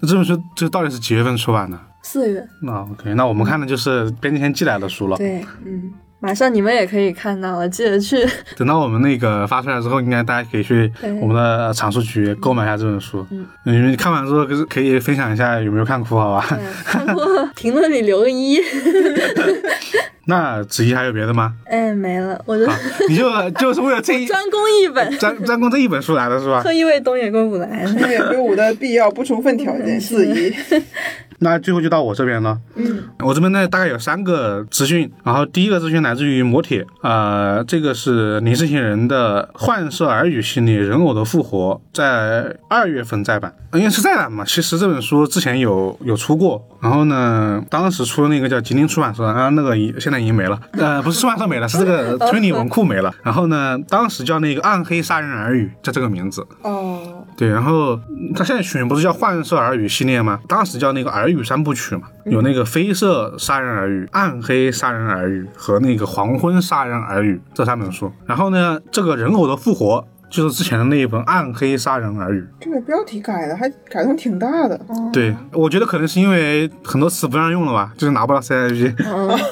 [SPEAKER 1] 这本书这到底是几月份出版的？
[SPEAKER 3] 四月，
[SPEAKER 1] 那、OK，那我们看的就是编辑先寄来的书了。
[SPEAKER 3] 对，
[SPEAKER 2] 嗯，
[SPEAKER 3] 马上你们也可以看到了，记得去。
[SPEAKER 1] 等到我们那个发出来之后，应该大家可以去
[SPEAKER 3] 对
[SPEAKER 1] 我们的藏书局购买一下这本书。嗯，你们看完之后可是可以分
[SPEAKER 3] (laughs)
[SPEAKER 1] 享一下有没有看哭，好吧？
[SPEAKER 3] 看过评论里留个一，
[SPEAKER 1] (laughs) 那子怡还有别的吗？
[SPEAKER 3] (laughs) 哎，没了，我就
[SPEAKER 1] 啊， (laughs) 你就就是为了这一
[SPEAKER 3] 专攻一本，
[SPEAKER 1] 专专攻这一本书来的是吧？
[SPEAKER 3] 特意为东野圭吾来的。
[SPEAKER 2] 东野圭吾的必要不充分
[SPEAKER 3] (laughs)
[SPEAKER 2] 条件，子怡。
[SPEAKER 1] 那最后就到我这边了。嗯，我这边呢大概有三个资讯，然后第一个资讯来自于磨铁，呃，这个是林世贤人的《幻色耳语》系列《人偶的复活》在二月份再版，因为是再版嘛。其实这本书之前有有出过，然后呢，当时出的那个叫吉林出版社，啊，那个已现在已经没了，呃，不是出版社没了，是这 (laughs) 个推理文库没了。然后呢，当时叫那个《暗黑杀人耳语》，叫这个名字。
[SPEAKER 2] 哦，
[SPEAKER 1] 对，然后嗯他现在取名不是叫《幻色耳语》系列吗？当时叫那个《耳语三部曲》嘛，有那个绯色杀人耳语、暗黑杀人耳语和那个黄昏杀人耳语这三本书。然后呢，这个人偶的复活就是之前的那一本《暗黑杀人耳语》。
[SPEAKER 2] 这个标题改的还改动挺大的。
[SPEAKER 1] 对，我觉得可能是因为很多词不让用了吧，就是拿不到 CIP，、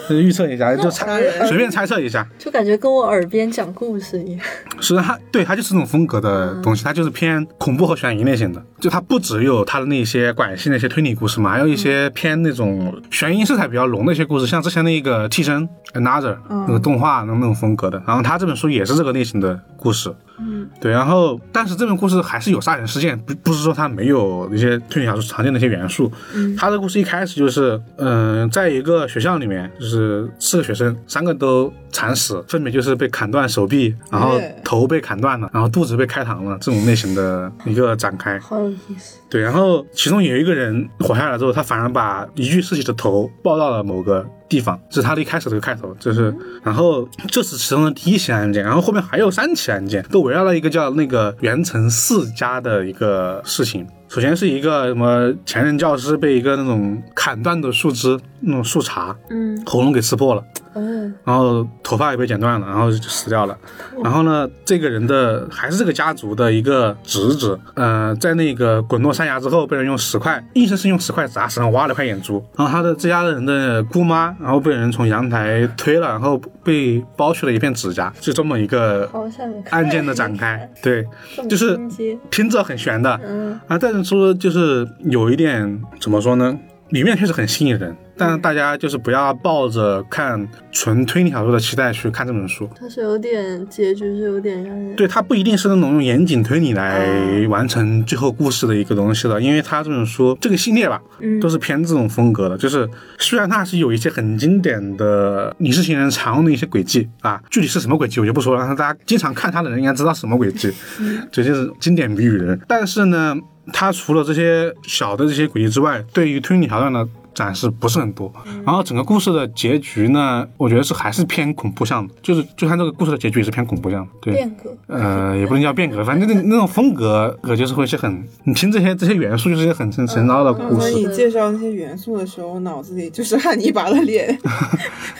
[SPEAKER 1] 就是 (laughs) 预测一下，就猜随便猜测一下。
[SPEAKER 3] 哦就感觉跟我耳边讲故事一样。
[SPEAKER 1] 是它，对它就是这种风格的东西，它就是偏恐怖和悬疑类型的。就它不只有它的那些管系那些推理故事嘛，还有一些偏那种悬疑色彩比较浓的一些故事，像之前那个替身 Another 那个动画那种那种风格的。然后它这本书也是这个类型的故事。嗯，对，然后但是这本故事还是有杀人事件，不不是说它没有那些推理小说常见的一些元素。嗯，它的故事一开始就是，嗯、在一个学校里面，就是四个学生，三个都惨死，分别就是被砍断手臂，然后
[SPEAKER 2] 对
[SPEAKER 1] 头被砍断了，然后肚子被开膛了，这种类型的一个展开。
[SPEAKER 3] 好有意思，
[SPEAKER 1] 对，然后其中有一个人活下来之后，他反而把一具尸体的头抱到了某个地方，这是他的一开始的开头，就是，然后这是其中的第一起案件，然后后面还有三起案件，都围绕了一个叫那个袁成四家的一个事情。首先是一个什么前任教师被一个那种砍断的树枝，那种树杈，
[SPEAKER 3] 嗯，
[SPEAKER 1] 喉咙给刺破了，
[SPEAKER 3] 哦，
[SPEAKER 1] 然后头发也被剪断了，然后就死掉了。然后呢，这个人的还是这个家族的一个侄子，呃，在那个滚落山崖之后，被人用石块，硬生生用石块砸死，然后挖了块眼珠。然后他的这家人的姑妈，然后被人从阳台推了，然后被剥去了一片指甲，就这么一个
[SPEAKER 3] 好想看
[SPEAKER 1] 案件的展开。对，
[SPEAKER 3] 这么
[SPEAKER 1] 就是
[SPEAKER 3] 心机
[SPEAKER 1] 听着很悬的，
[SPEAKER 3] 嗯
[SPEAKER 1] 啊，但是说就是有一点怎么说呢？里面确实很吸引人，但是大家就是不要抱着看纯推理小说的期待去看这本书。
[SPEAKER 3] 它是有点结局是有点让人
[SPEAKER 1] 对，它不一定是那种用严谨推理来完成最后故事的一个东西的，因为它这本书这个系列吧，
[SPEAKER 3] 嗯
[SPEAKER 1] 都是偏这种风格的。就是虽然它是有一些很经典的影视情人常用的一些轨迹啊，具体是什么轨迹我就不说了，但是大家经常看它的人应该知道什么轨迹，这就是经典谜语人。但是呢，它除了这些小的这些轨迹之外，对于推理桥段的展示不是很多。然后整个故事的结局呢，我觉得是还是偏恐怖向的，就是就看这个故事的结局也是偏恐怖向的。对，
[SPEAKER 3] 变革，
[SPEAKER 1] 呃，也不能叫变革，反正那那种风格，我就是会是很，你听这些这些元素，就是一些很很神叨的故
[SPEAKER 2] 当
[SPEAKER 3] 嗯
[SPEAKER 1] 事，
[SPEAKER 2] 你介绍那些元素的时候，脑子里就是 (laughs) 汉尼拔的脸。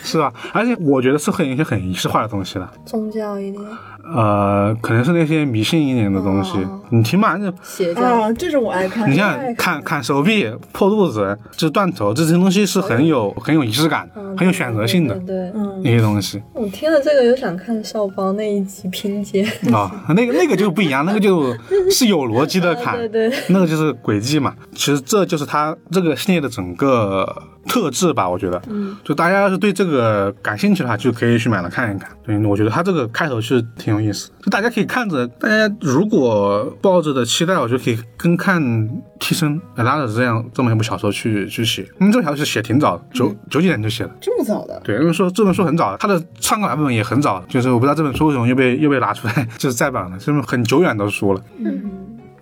[SPEAKER 1] 是吧？而且我觉得是很一些很仪式化的东西了，
[SPEAKER 3] 宗教一点，
[SPEAKER 1] 呃，可能是那些迷信一点的东西，
[SPEAKER 3] 哦哎
[SPEAKER 1] 你听吧，那
[SPEAKER 3] 邪教，
[SPEAKER 2] 啊，这种我爱看哎
[SPEAKER 1] 你。像砍砍手臂、破肚子、就是断头，这些东西是很有很有仪式感、
[SPEAKER 3] 嗯
[SPEAKER 1] 很有选择性的
[SPEAKER 3] 对对，对
[SPEAKER 2] 嗯
[SPEAKER 1] 那些东西
[SPEAKER 3] 我听了这个有想看校方那一集拼接，
[SPEAKER 1] (laughs) 啊、那个那个就不一样，那个就是有逻辑的砍，
[SPEAKER 3] (laughs) 对对，
[SPEAKER 1] 那个就是轨迹嘛。其实这就是它这个系列的整个特质吧，我觉得。嗯，就大家要是对这个感兴趣的话，就可以去买了看一看。对，我觉得它这个开头是挺有意思，就大家可以看着，大家如果抱着的期待，我觉得可以跟看《替身》《拉着》这样这么一部小说去去写。因为这个小说写挺早的，
[SPEAKER 3] 嗯
[SPEAKER 1] 九九几年就写了。
[SPEAKER 2] 这么早的，
[SPEAKER 1] 对，因为说这本书很早，它的篡改版本也很早，就是我不知道这本书为什么又被又被拿出来， (laughs) 就是再版了，这本很久远的书了。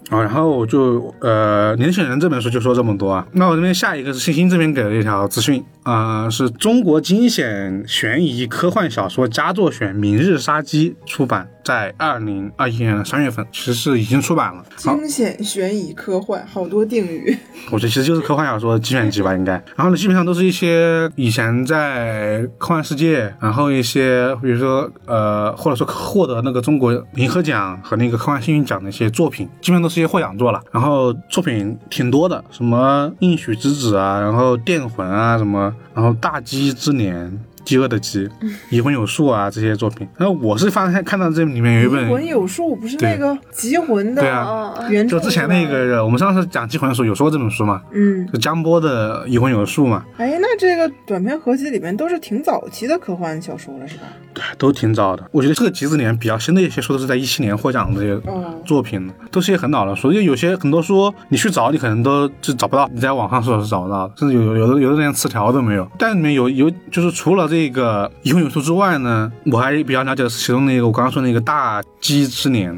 [SPEAKER 1] 啊，然后我就呃，年轻人这本书就说这么多啊。那我这边下一个是星星这边给的一条资讯啊、呃是中国惊险悬疑科幻小说佳作选《明日杀机》出版，在二零二一年的三月份，其实是已经出版了。好、
[SPEAKER 2] 惊险、悬疑、科幻，好多定语。
[SPEAKER 1] 我觉得其实就是科幻小说的精选集吧，应该。然后呢，基本上都是一些以前在科幻世界，然后一些比如说呃，或者说获得那个中国银河奖和那个科幻幸运奖的一些作品，基本上都是一些获奖作了。然后作品挺多的，什么《应许之子》啊，然后《电魂》啊，什么，然后《大鸡之年》。饥饿的饥》《遗魂有术啊》这些作品。然后我是发现看到这里面有一
[SPEAKER 2] 魂
[SPEAKER 1] 本，
[SPEAKER 2] 有术不是那
[SPEAKER 1] 对
[SPEAKER 2] 个集魂的
[SPEAKER 1] 对啊
[SPEAKER 3] 哦，
[SPEAKER 2] 原
[SPEAKER 1] 就
[SPEAKER 2] 著
[SPEAKER 1] 之前
[SPEAKER 2] 吗
[SPEAKER 1] 那，个我们上次讲《饥魂》的时候有说过这本书嘛，
[SPEAKER 2] 嗯，
[SPEAKER 1] 就江波的《遗魂有术》嘛，
[SPEAKER 2] 哎，那这个短篇合集里面都是挺早期的科幻小说了，是吧？
[SPEAKER 1] 对，都挺早的。我觉得这个几十年比较新的一些书都是在一七年获奖的这些
[SPEAKER 2] 嗯，
[SPEAKER 1] 作品，都是一些很老的书，因为有些很多书你去找，你可能都就找不到，你在网上说是找不到的，甚至有有的有的连词条都没有。但里面有有就是除了这个《游泳书》之外呢，我还比较了解的是其中那个我刚刚说那个《大饥之年》，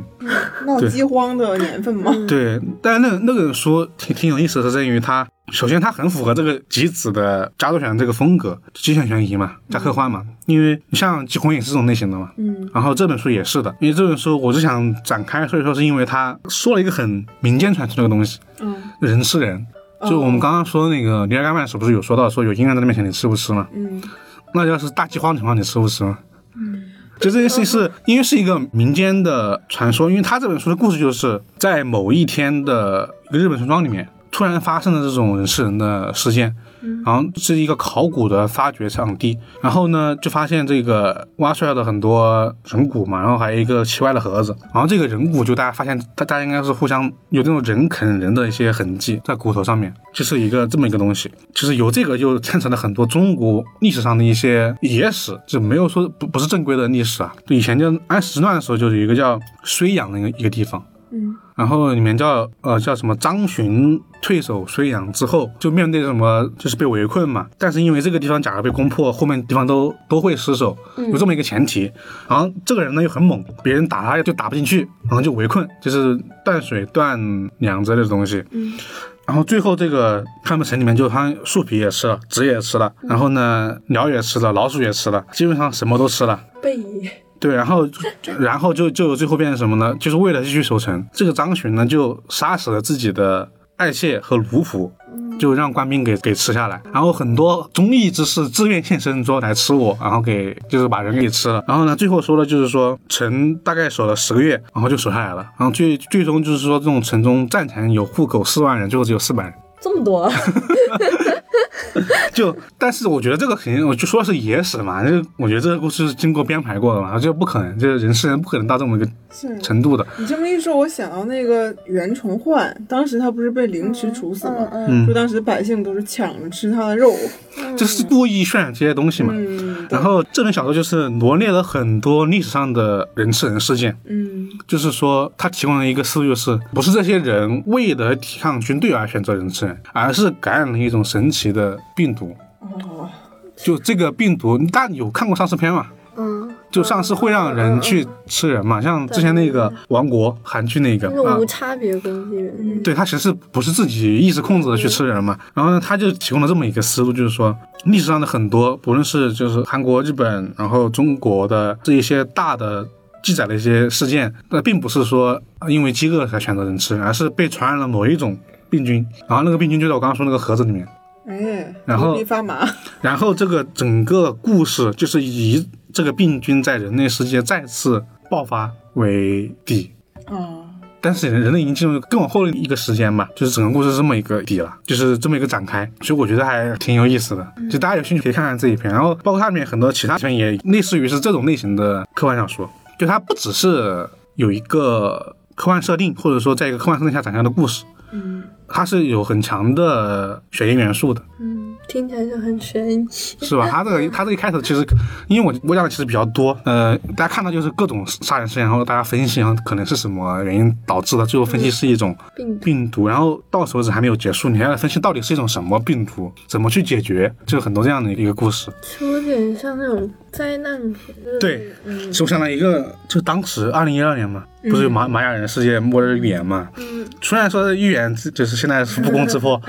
[SPEAKER 2] 闹
[SPEAKER 1] 对
[SPEAKER 2] 饥荒的年份吗？
[SPEAKER 1] 对，但是那个那个书挺挺有意思的，是在于它首先它很符合这个极子的加州犬这个风格，极限悬疑嘛，加科幻嘛，因为你像《极红》也是这种类型的嘛，
[SPEAKER 3] 嗯，
[SPEAKER 1] 然后这本书也是的，因为这本书我是想展开，所以说是因为它说了一个很民间传说的东西，
[SPEAKER 2] 嗯
[SPEAKER 1] 人吃人。就我们刚刚说那个尼尔盖曼时不是有说到说有阴人在面前你吃不吃吗？
[SPEAKER 2] 嗯，
[SPEAKER 1] 那要是大饥荒的情况，你吃不吃吗？就这件事情是因为是一个民间的传说，因为他这本书的故事就是在某一天的一个日本村庄里面，突然发生了这种人吃人的事件，然后是一个考古的发掘场地，然后呢就发现这个挖出来的很多人骨嘛，然后还有一个奇怪的盒子，然后这个人骨就大家发现大大家应该是互相有这种人啃人的一些痕迹在骨头上面，就是一个这么一个东西，就是由这个又牵扯了很多中国历史上的一些野史，就没有说不不是正规的历史啊，就以前就安史之乱的时候就有一个叫睢阳的一个一个地方，然后里面叫呃叫什么张巡退守睢阳之后，就面对什么就是被围困嘛，但是因为这个地方假如被攻破，后面地方都都会失守，有这么一个前提。然后这个人呢又很猛，别人打他就打不进去，然后就围困，就是断水断粮之类的东西。然后最后这个他们城里面就他树皮也吃了，纸也吃了，然后呢鸟也吃了，老鼠也吃了，基本上什么都吃了。
[SPEAKER 3] 被移，
[SPEAKER 1] 对，然后就就然后就就最后变成什么呢？就是为了继续守城，这个张巡呢就杀死了自己的爱妾和奴仆，就让官兵给给吃下来。然后很多忠义之士自愿现身说来吃我，然后给就是把人给吃了。然后呢，最后说的就是说城大概守了十个月，然后就守下来了。然后最最终就是说这种城中战前有户口四万人，最后只有四百人。
[SPEAKER 3] 这
[SPEAKER 1] (laughs)
[SPEAKER 3] 么多，
[SPEAKER 1] 就，但是我觉得这个肯定，我就说是野史嘛，就我觉得这个故事是经过编排过的嘛，这不可能，就是人是人不可能到这么一个
[SPEAKER 2] 是。
[SPEAKER 1] 程度的。
[SPEAKER 2] 你这么一说，我想到那个袁崇焕，当时他不是被凌迟处死吗？
[SPEAKER 3] 嗯
[SPEAKER 1] 嗯
[SPEAKER 2] 说当时百姓都是抢着吃他的肉。
[SPEAKER 1] 就是故意渲染这些东西嘛。
[SPEAKER 2] 嗯
[SPEAKER 1] 然后这本小说就是罗列了很多历史上的人吃人事件，
[SPEAKER 2] 嗯
[SPEAKER 1] 就是说它提供了一个思路，就是不是这些人为了抵抗军队而选择人吃人，而是感染了一种神奇的病毒。
[SPEAKER 2] 哦，
[SPEAKER 1] 就这个病毒，大家有看过丧尸片吗？
[SPEAKER 3] 嗯，
[SPEAKER 1] 就丧尸会让人去吃人嘛，像之前那个《王国》韩剧那个
[SPEAKER 3] 那个
[SPEAKER 1] 啊
[SPEAKER 3] 无，差别攻击人，
[SPEAKER 1] 对他其实是不是自己意识控制的去吃人嘛？然后呢，他就提供了这么一个思路，就是说历史上的很多，不论是就是韩国、日本，然后中国的这一些大的记载的一些事件，那并不是说因为饥饿才选择人吃，而是被传染了某一种病菌，然后那个病菌就在我刚刚说那个盒子里面，
[SPEAKER 2] 哎，
[SPEAKER 1] 然后
[SPEAKER 2] 头皮发麻。
[SPEAKER 1] 然后这个整个故事就是以这个病菌在人类世界再次爆发为底，
[SPEAKER 2] 啊，
[SPEAKER 1] 但是人类已经进入更往后的一个时间嘛，就是整个故事是这么一个底了，就是这么一个展开，所以我觉得还挺有意思的，就大家有兴趣可以看看这一篇，然后包括它里面很多其他篇也类似于是这种类型的科幻小说，就它不只是有一个科幻设定，或者说在一个科幻设定下展开的故事，
[SPEAKER 2] 嗯，
[SPEAKER 1] 它是有很强的悬疑元素的，
[SPEAKER 3] 嗯，听起来就很悬疑，
[SPEAKER 1] 是
[SPEAKER 3] (laughs)
[SPEAKER 1] 吧？它这个它这一开头其实，因为我我讲的其实比较多，呃，大家看到就是各种杀人事件，然后大家分析，然后可能是什么原因导致的，最后分析是一种。
[SPEAKER 3] 病毒，
[SPEAKER 1] 病毒，然后到手为止还没有结束，你还要分析到底是一种什么病毒，怎么去解决，就很多这样的一个故事。
[SPEAKER 3] 其实有点像那种灾难片，就是
[SPEAKER 1] 对，
[SPEAKER 3] 嗯
[SPEAKER 1] 就想到一个，就当时二零一二年嘛，不是有玛玛雅人世界末日预言嘛？
[SPEAKER 3] 嗯，
[SPEAKER 1] 虽然说预言是就是现在是不攻自
[SPEAKER 3] (laughs)
[SPEAKER 1] 破，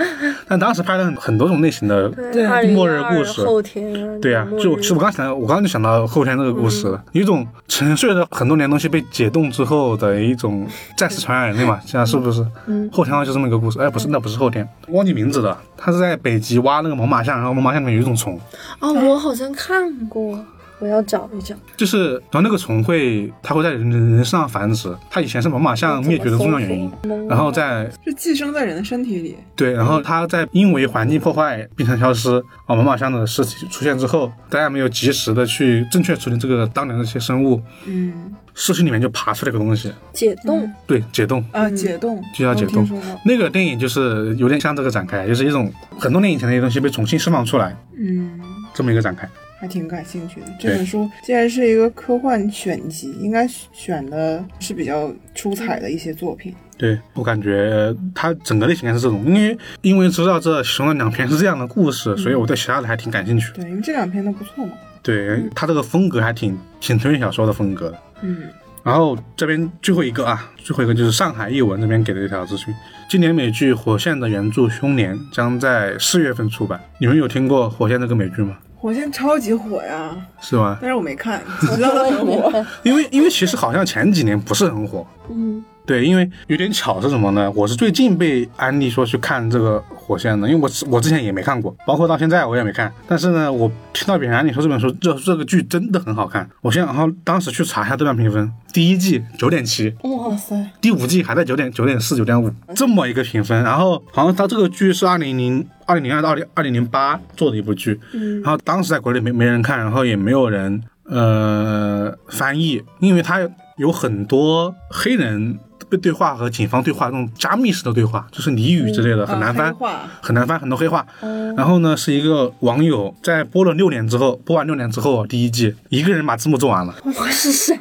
[SPEAKER 1] 但当时拍了很很多种类型的。
[SPEAKER 3] 对，二零
[SPEAKER 1] 啊末日故事
[SPEAKER 3] 后天啊，
[SPEAKER 1] 对呀、
[SPEAKER 3] 末日
[SPEAKER 1] 就就我刚想到，我刚刚就想到后天这个故事
[SPEAKER 3] 嗯
[SPEAKER 1] 了，有一种沉睡了很多年的东西被解冻之后的一种再次传染人类嘛，现在是不是？
[SPEAKER 3] 嗯
[SPEAKER 1] 后天好像就这么一个故事，哎，不是，那不是后天，忘记名字了。
[SPEAKER 3] 啊
[SPEAKER 1] 他是在北极挖那个猛犸象，然后猛犸象里面有一种虫，
[SPEAKER 3] 哦，我好像看过，我要找一找。
[SPEAKER 1] 就是然后那个虫会，它会在人人身上繁殖，它以前是猛犸象灭绝的重要原
[SPEAKER 3] 嗯
[SPEAKER 1] 因，啊然后在
[SPEAKER 2] 是寄生在人的身体里，
[SPEAKER 1] 对，然后它在因为环境破坏变成消失，啊，猛犸象的尸体出现之后，大家没有及时的去正确处理这个当年的这些生物，
[SPEAKER 2] 嗯
[SPEAKER 1] 社区里面就爬出了一个东西，
[SPEAKER 3] 解冻，
[SPEAKER 1] 对，解冻。
[SPEAKER 2] 啊，解冻，
[SPEAKER 1] 就要解
[SPEAKER 2] 我
[SPEAKER 1] 冻
[SPEAKER 2] 听说过，
[SPEAKER 1] 那个电影就是有点像这个展开，就是一种很多年以前的一些东西被重新释放出来，
[SPEAKER 2] 嗯，
[SPEAKER 1] 这么一个展开。
[SPEAKER 2] 还挺感兴趣的。这
[SPEAKER 1] 对
[SPEAKER 2] 本书既然是一个科幻选集，应该选的是比较出彩的一些作品。
[SPEAKER 1] 对我感觉它整个类型还是这种，因为因为知道这其中的两篇是这样的故
[SPEAKER 2] 嗯
[SPEAKER 1] 事，所以我对其他的还挺感兴趣。
[SPEAKER 2] 对，因为这两篇都不错嘛。
[SPEAKER 1] 对它这个风格还挺挺推理小说的风格的。
[SPEAKER 2] 嗯，
[SPEAKER 1] 然后这边最后一个啊，最后一个就是上海译文这边给的一条资讯：经典美剧《火线》的原著《凶年》将在四月份出版。你们有听过《火线》这个美剧吗？
[SPEAKER 2] 火线超级火呀，
[SPEAKER 1] 是吗？
[SPEAKER 2] 但是我没看，我知道它很火。
[SPEAKER 1] 因为因为其实好像前几年不是很火，
[SPEAKER 3] 嗯，
[SPEAKER 1] 对，因为有点巧是什么呢？我是最近被安利说去看这个《火线》的，因为我之我之前也没看过，包括到现在我也没看。但是呢，我听到别人安利说这本书这这个剧真的很好看，我现在然后当时去查一下豆瓣评分，第一季九点七，
[SPEAKER 3] 哇
[SPEAKER 2] 哇，塞，
[SPEAKER 1] 第五季还在九点九点四九点五这么一个评分。然后好像它这个剧是二零零二零零二到二零二零零八做的一部剧，
[SPEAKER 3] 嗯
[SPEAKER 1] 然后当时在国内没没人看，然后也没有人呃翻译，因为它有很多黑人被对话和警方对话那种加密式的对话，就是俚语之类的，很难翻
[SPEAKER 2] 啊黑。化
[SPEAKER 1] 很难翻，很多黑话。然后呢，是一个网友在播了六年之后，播完六年之后，第一季一个人把字幕做完了，
[SPEAKER 3] 我是谁呀？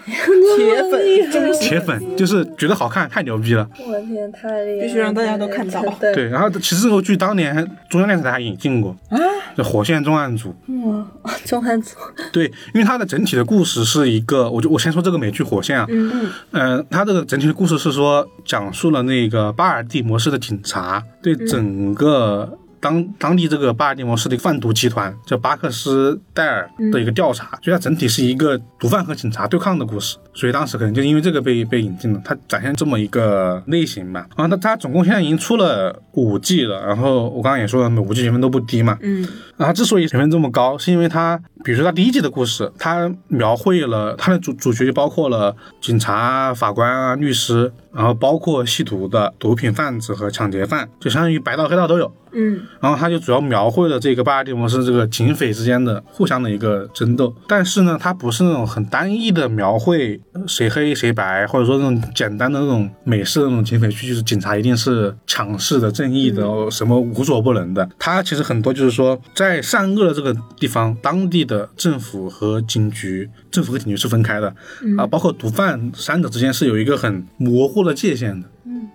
[SPEAKER 2] 铁
[SPEAKER 3] 那么厉
[SPEAKER 2] 粉，
[SPEAKER 3] 害
[SPEAKER 2] 忠实
[SPEAKER 1] 铁粉就是觉得好看，太牛逼了。
[SPEAKER 3] 我的天，太厉害了！
[SPEAKER 2] 必须让大家都看到
[SPEAKER 3] 对，
[SPEAKER 1] 对，然后其实这个剧当年中央电视台还引进过
[SPEAKER 2] 啊，
[SPEAKER 1] 就《火线重案组》。
[SPEAKER 3] 哇，钟汉组，
[SPEAKER 1] 对，因为它的整体的故事是一个，我就我先说这个美剧《火线》啊，
[SPEAKER 3] 嗯，
[SPEAKER 1] 呃，它这个整体的故事是说讲述了那个巴尔的摩市的警察对
[SPEAKER 3] 嗯
[SPEAKER 1] 整个当、当地这个巴尔的摩市的贩毒集团叫巴克斯戴尔
[SPEAKER 3] 嗯
[SPEAKER 1] 的一个调查，所以它整体是一个毒贩和警察对抗的故事。所以当时可能就因为这个被被引进了，它展现这么一个类型吧。然后它它总共现在已经出了五季了，然后我刚刚也说了，每五季评分都不低嘛，
[SPEAKER 2] 嗯，
[SPEAKER 1] 然啊后之所以评分这么高，是因为它，比如说它第一季的故事，它描绘了它的主主角就包括了警察啊、法官啊、律师，然后包括吸毒的毒品贩子和抢劫犯，就相当于白道黑道都有。
[SPEAKER 2] 嗯，
[SPEAKER 1] 然后它就主要描绘了这个巴尔的摩是这个警匪之间的互相的一个争斗，但是呢，它不是那种很单一的描绘呃谁黑谁白，或者说那种简单的那种美式的那种警匪剧，就是警察一定是强势的、正义的、哦什么无所不能的。它其实很多就是说，在善恶的这个地方，当地的政府和警局，政府和警局是分开的、啊，包括毒贩三者之间是有一个很模糊的界限的。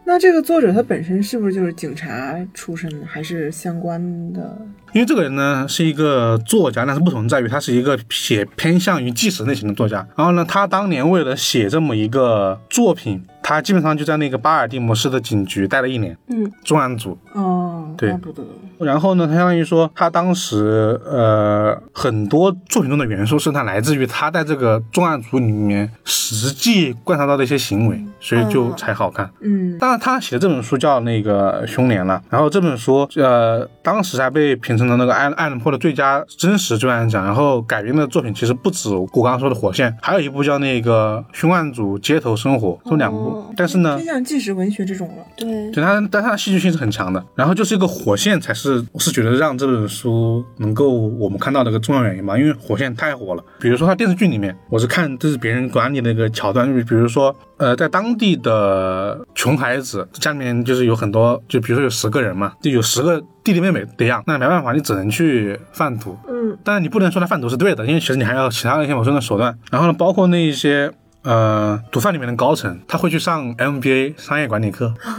[SPEAKER 2] 那这个作者他本身是不是就是警察出身的，还是相关的？
[SPEAKER 1] 因为这个人呢是一个作家，但是不同在于他是一个写偏向于纪实类型的作家。然后呢，他当年为了写这么一个作品，他基本上就在那个巴尔的摩市的警局待了一年，
[SPEAKER 3] 嗯，
[SPEAKER 1] 重案组。
[SPEAKER 2] 哦，
[SPEAKER 1] 对
[SPEAKER 2] 怪不得，
[SPEAKER 1] 然后呢，他相当于说，他当时呃很多作品中的元素是他来自于他在这个重案组里面实际观察到的一些行为，所以就才好看。
[SPEAKER 2] 嗯
[SPEAKER 1] 当然，他写的这本书叫那个《凶年》了，然后这本书呃，当时还被评成了那个艾艾伦坡的最佳真实罪案奖，然后改编的作品其实不止我刚刚说的《火线》，还有一部叫那个《凶案组街头生活》，这两部。
[SPEAKER 3] 哦
[SPEAKER 1] 但是呢
[SPEAKER 2] 偏，向纪实文学这种了。
[SPEAKER 3] 对，
[SPEAKER 1] 对它，但它的戏剧性是很强的。然后就是一个火线，才是我是觉得让这本书能够我们看到的一个重要原因吧，因为火线太火了。比如说它电视剧里面，我是看这是别人管理的一个桥段，就是比如说呃，在当地的穷孩子家里面就是有很多，就比如说有十个人嘛，就有十个弟弟妹妹得养，那没办法，你只能去贩毒。
[SPEAKER 3] 嗯，
[SPEAKER 1] 但是你不能说他贩毒是对的，因为其实你还有其他的一些谋生的手段。然后呢，包括那一些呃毒贩里面的高层，他会去上 MBA 商业管理课，
[SPEAKER 3] 啊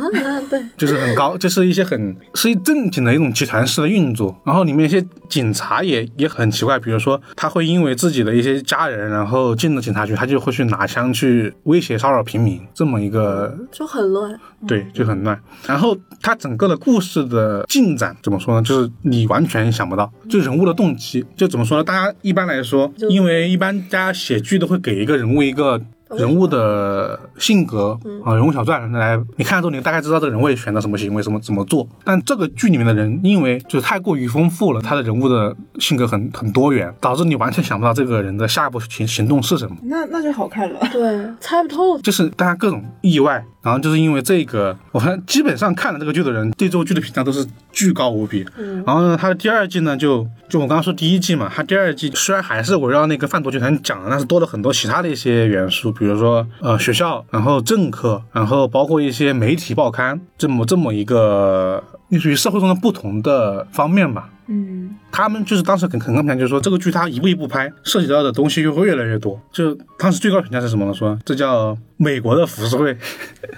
[SPEAKER 3] 对，
[SPEAKER 1] 就是很高，就是一些很是正经的一种集团式的运作。然后里面一些警察也也很奇怪，比如说他会因为自己的一些家人，然后进了警察局，他就会去拿枪去威胁骚扰平民，这么一个
[SPEAKER 3] 就很乱，
[SPEAKER 1] 对，就很乱。然后它整个的故事的进展怎么说呢？就是你完全想不到，就人物的动机，就怎么说呢？大家一般来说，因为一般大家写剧都会给一个人物一个人物的性格啊、人物小传来，你看了之后，你大概知道这个人会选择什么行为，什么怎么做。但这个剧里面的人，因为就是太过于丰富了，他的人物的性格很很多元，导致你完全想不到这个人的下一步行行动是什么。
[SPEAKER 2] 那那就好看了。
[SPEAKER 3] 对，猜不透。
[SPEAKER 1] 就是大家各种意外，然后就是因为这个，我发现基本上看了这个剧的人对这部剧的评价都是巨高无比。然后呢，它的第二季呢，就就我刚刚说第一季嘛，它第二季虽然还是围绕那个贩毒集团讲的，但是多了很多其他的一些元素，比如说呃学校，然后政客，然后包括一些媒体报刊，这么这么一个类似于社会中的不同的方面吧。
[SPEAKER 2] 嗯，
[SPEAKER 1] 他们就是当时很很高评价，就是说这个剧它一步一步拍，涉及到的东西又会越来越多。就当时最高评价是什么呢？说这叫美国的浮世绘。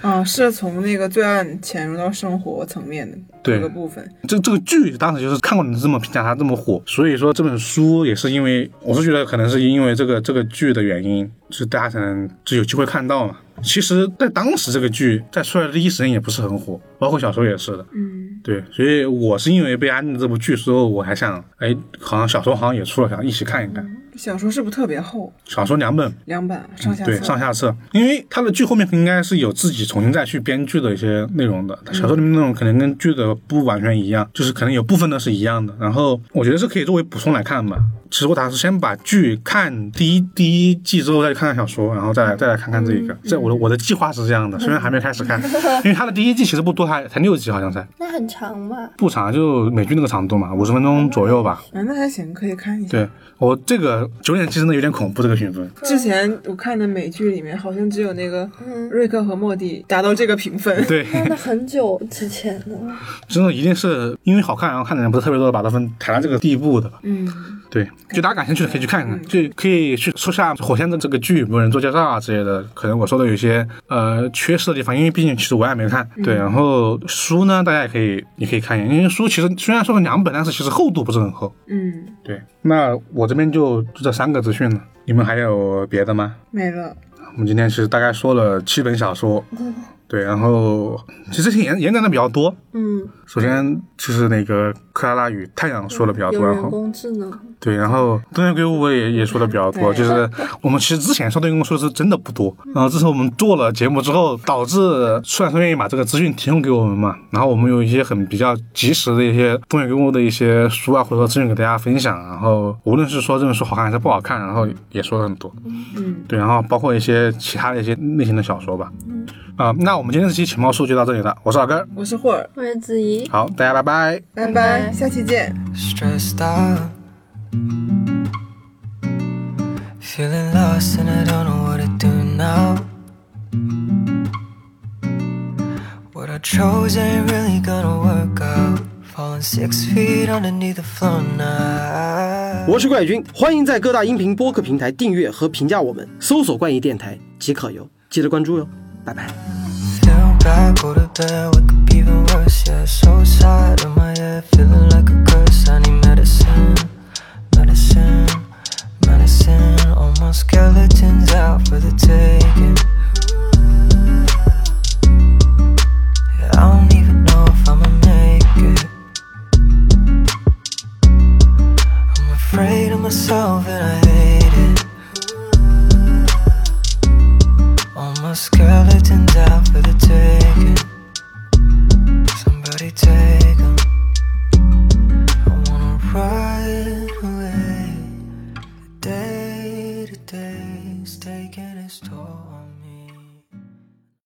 [SPEAKER 2] 啊，是从那个罪案潜入到生活层面的
[SPEAKER 1] 对
[SPEAKER 2] 这个部分。
[SPEAKER 1] 这这个剧当时就是看过你这么评价它这么火，所以说这本书也是因为，我是觉得可能是因为这个这个剧的原因，就大家才能就有机会看到嘛。其实，在当时这个剧在出来的第一时间也不是很火，包括小时候也是的。
[SPEAKER 3] 嗯，
[SPEAKER 1] 对，所以我是因为被安利这部剧之后，我还想，哎，好像小时候好像也出了，想一起看一看。
[SPEAKER 2] 小说是不是特别厚？
[SPEAKER 1] 小说两本，
[SPEAKER 2] 两版上下册。
[SPEAKER 1] 对，上下册，因为它的剧后面应该是有自己重新再去编剧的一些内容的。它小说里面内容可能跟剧的不完全一样，就是可能有部分呢是一样的。然后我觉得是可以作为补充来看吧。其实我打算先把剧看第一第一季之后再去看看小说，然后再来再来看看这一个。这我的我的计划是这样的，虽然还没开始看，因为它的第一季其实不多，它才六集好像才
[SPEAKER 3] 那很长嘛。
[SPEAKER 1] 不长，就美剧那个长度嘛，五十分钟左右吧。
[SPEAKER 2] 哎，那还行，可以看一下。
[SPEAKER 1] 对我这个九点七真的有点恐怖，这个评分。
[SPEAKER 2] 之前我看的美剧里面，好像只有那个
[SPEAKER 3] 嗯
[SPEAKER 2] 瑞克和莫蒂达到这个评分。
[SPEAKER 1] 对，
[SPEAKER 3] 那很久之前呢，
[SPEAKER 1] 真的一定是因为好看，然后看的人不是特别多，把它分抬到这个地步的吧？
[SPEAKER 2] 嗯，
[SPEAKER 1] 对，就大家感兴趣的可以去看看，就可以去说下《火线》的这个剧有没有人做介绍啊之类的。可能我说的有一些呃缺失的地方，因为毕竟其实我也没看。对，然后书呢，大家也可以也可以看一眼，因为书其实虽然说是两本，但是其实厚度不是很厚。
[SPEAKER 2] 嗯，
[SPEAKER 1] 对，那我这边就就这三个资讯了，你们还有别的吗？
[SPEAKER 2] 没了。
[SPEAKER 1] 我们今天其实大概说了七本小说，对，然后其实延延展的比较多，
[SPEAKER 3] 嗯，
[SPEAKER 1] 首先就是那个克拉拉与太阳说的比较
[SPEAKER 3] 有
[SPEAKER 1] 多，然
[SPEAKER 3] 人
[SPEAKER 1] 后
[SPEAKER 3] 工智能，
[SPEAKER 1] 对，然后东野圭吾也也说的比较
[SPEAKER 2] 嗯对
[SPEAKER 1] 多，
[SPEAKER 2] 嗯
[SPEAKER 1] 就是我们其实之前说东野圭吾说的是真的不多，然后自从我们做了节目之后，导致出版社愿意把这个资讯提供给我们嘛，然后我们有一些很比较及时的一些东野圭吾的一些书啊或者说资讯给大家分享，然后无论是说这本书好看还是不好看，然后也说了很多，
[SPEAKER 2] 嗯，
[SPEAKER 1] 对，然后包括一些其他的一些类型的小说吧，啊、那我们今天这期情报书就到这里了，我是老根儿，
[SPEAKER 2] 我是霍尔，
[SPEAKER 3] 我是子怡。
[SPEAKER 1] 好，大家拜拜。
[SPEAKER 2] 拜拜，下期见。
[SPEAKER 4] stressed out. Feeling lost and I don't know what to do now. What I chose ain't really gonna work out. Falling six feet underneath the floor now.
[SPEAKER 5] 我是怪宇君，欢迎在各大音频播客平台订阅和评价我们，搜索“怪异电台”即可哟，记得关注哟，拜拜。
[SPEAKER 4] Feel bad, go to bed, wake up even worse. Yeah, so sad in my head, feeling like a curse. I need medicine, medicine, medicine. All my skeletons out for the taking. Yeah, I don't even know if I'ma make it. I'm afraid of myself and I hate it. All my skeletons out for the taking. Somebody take.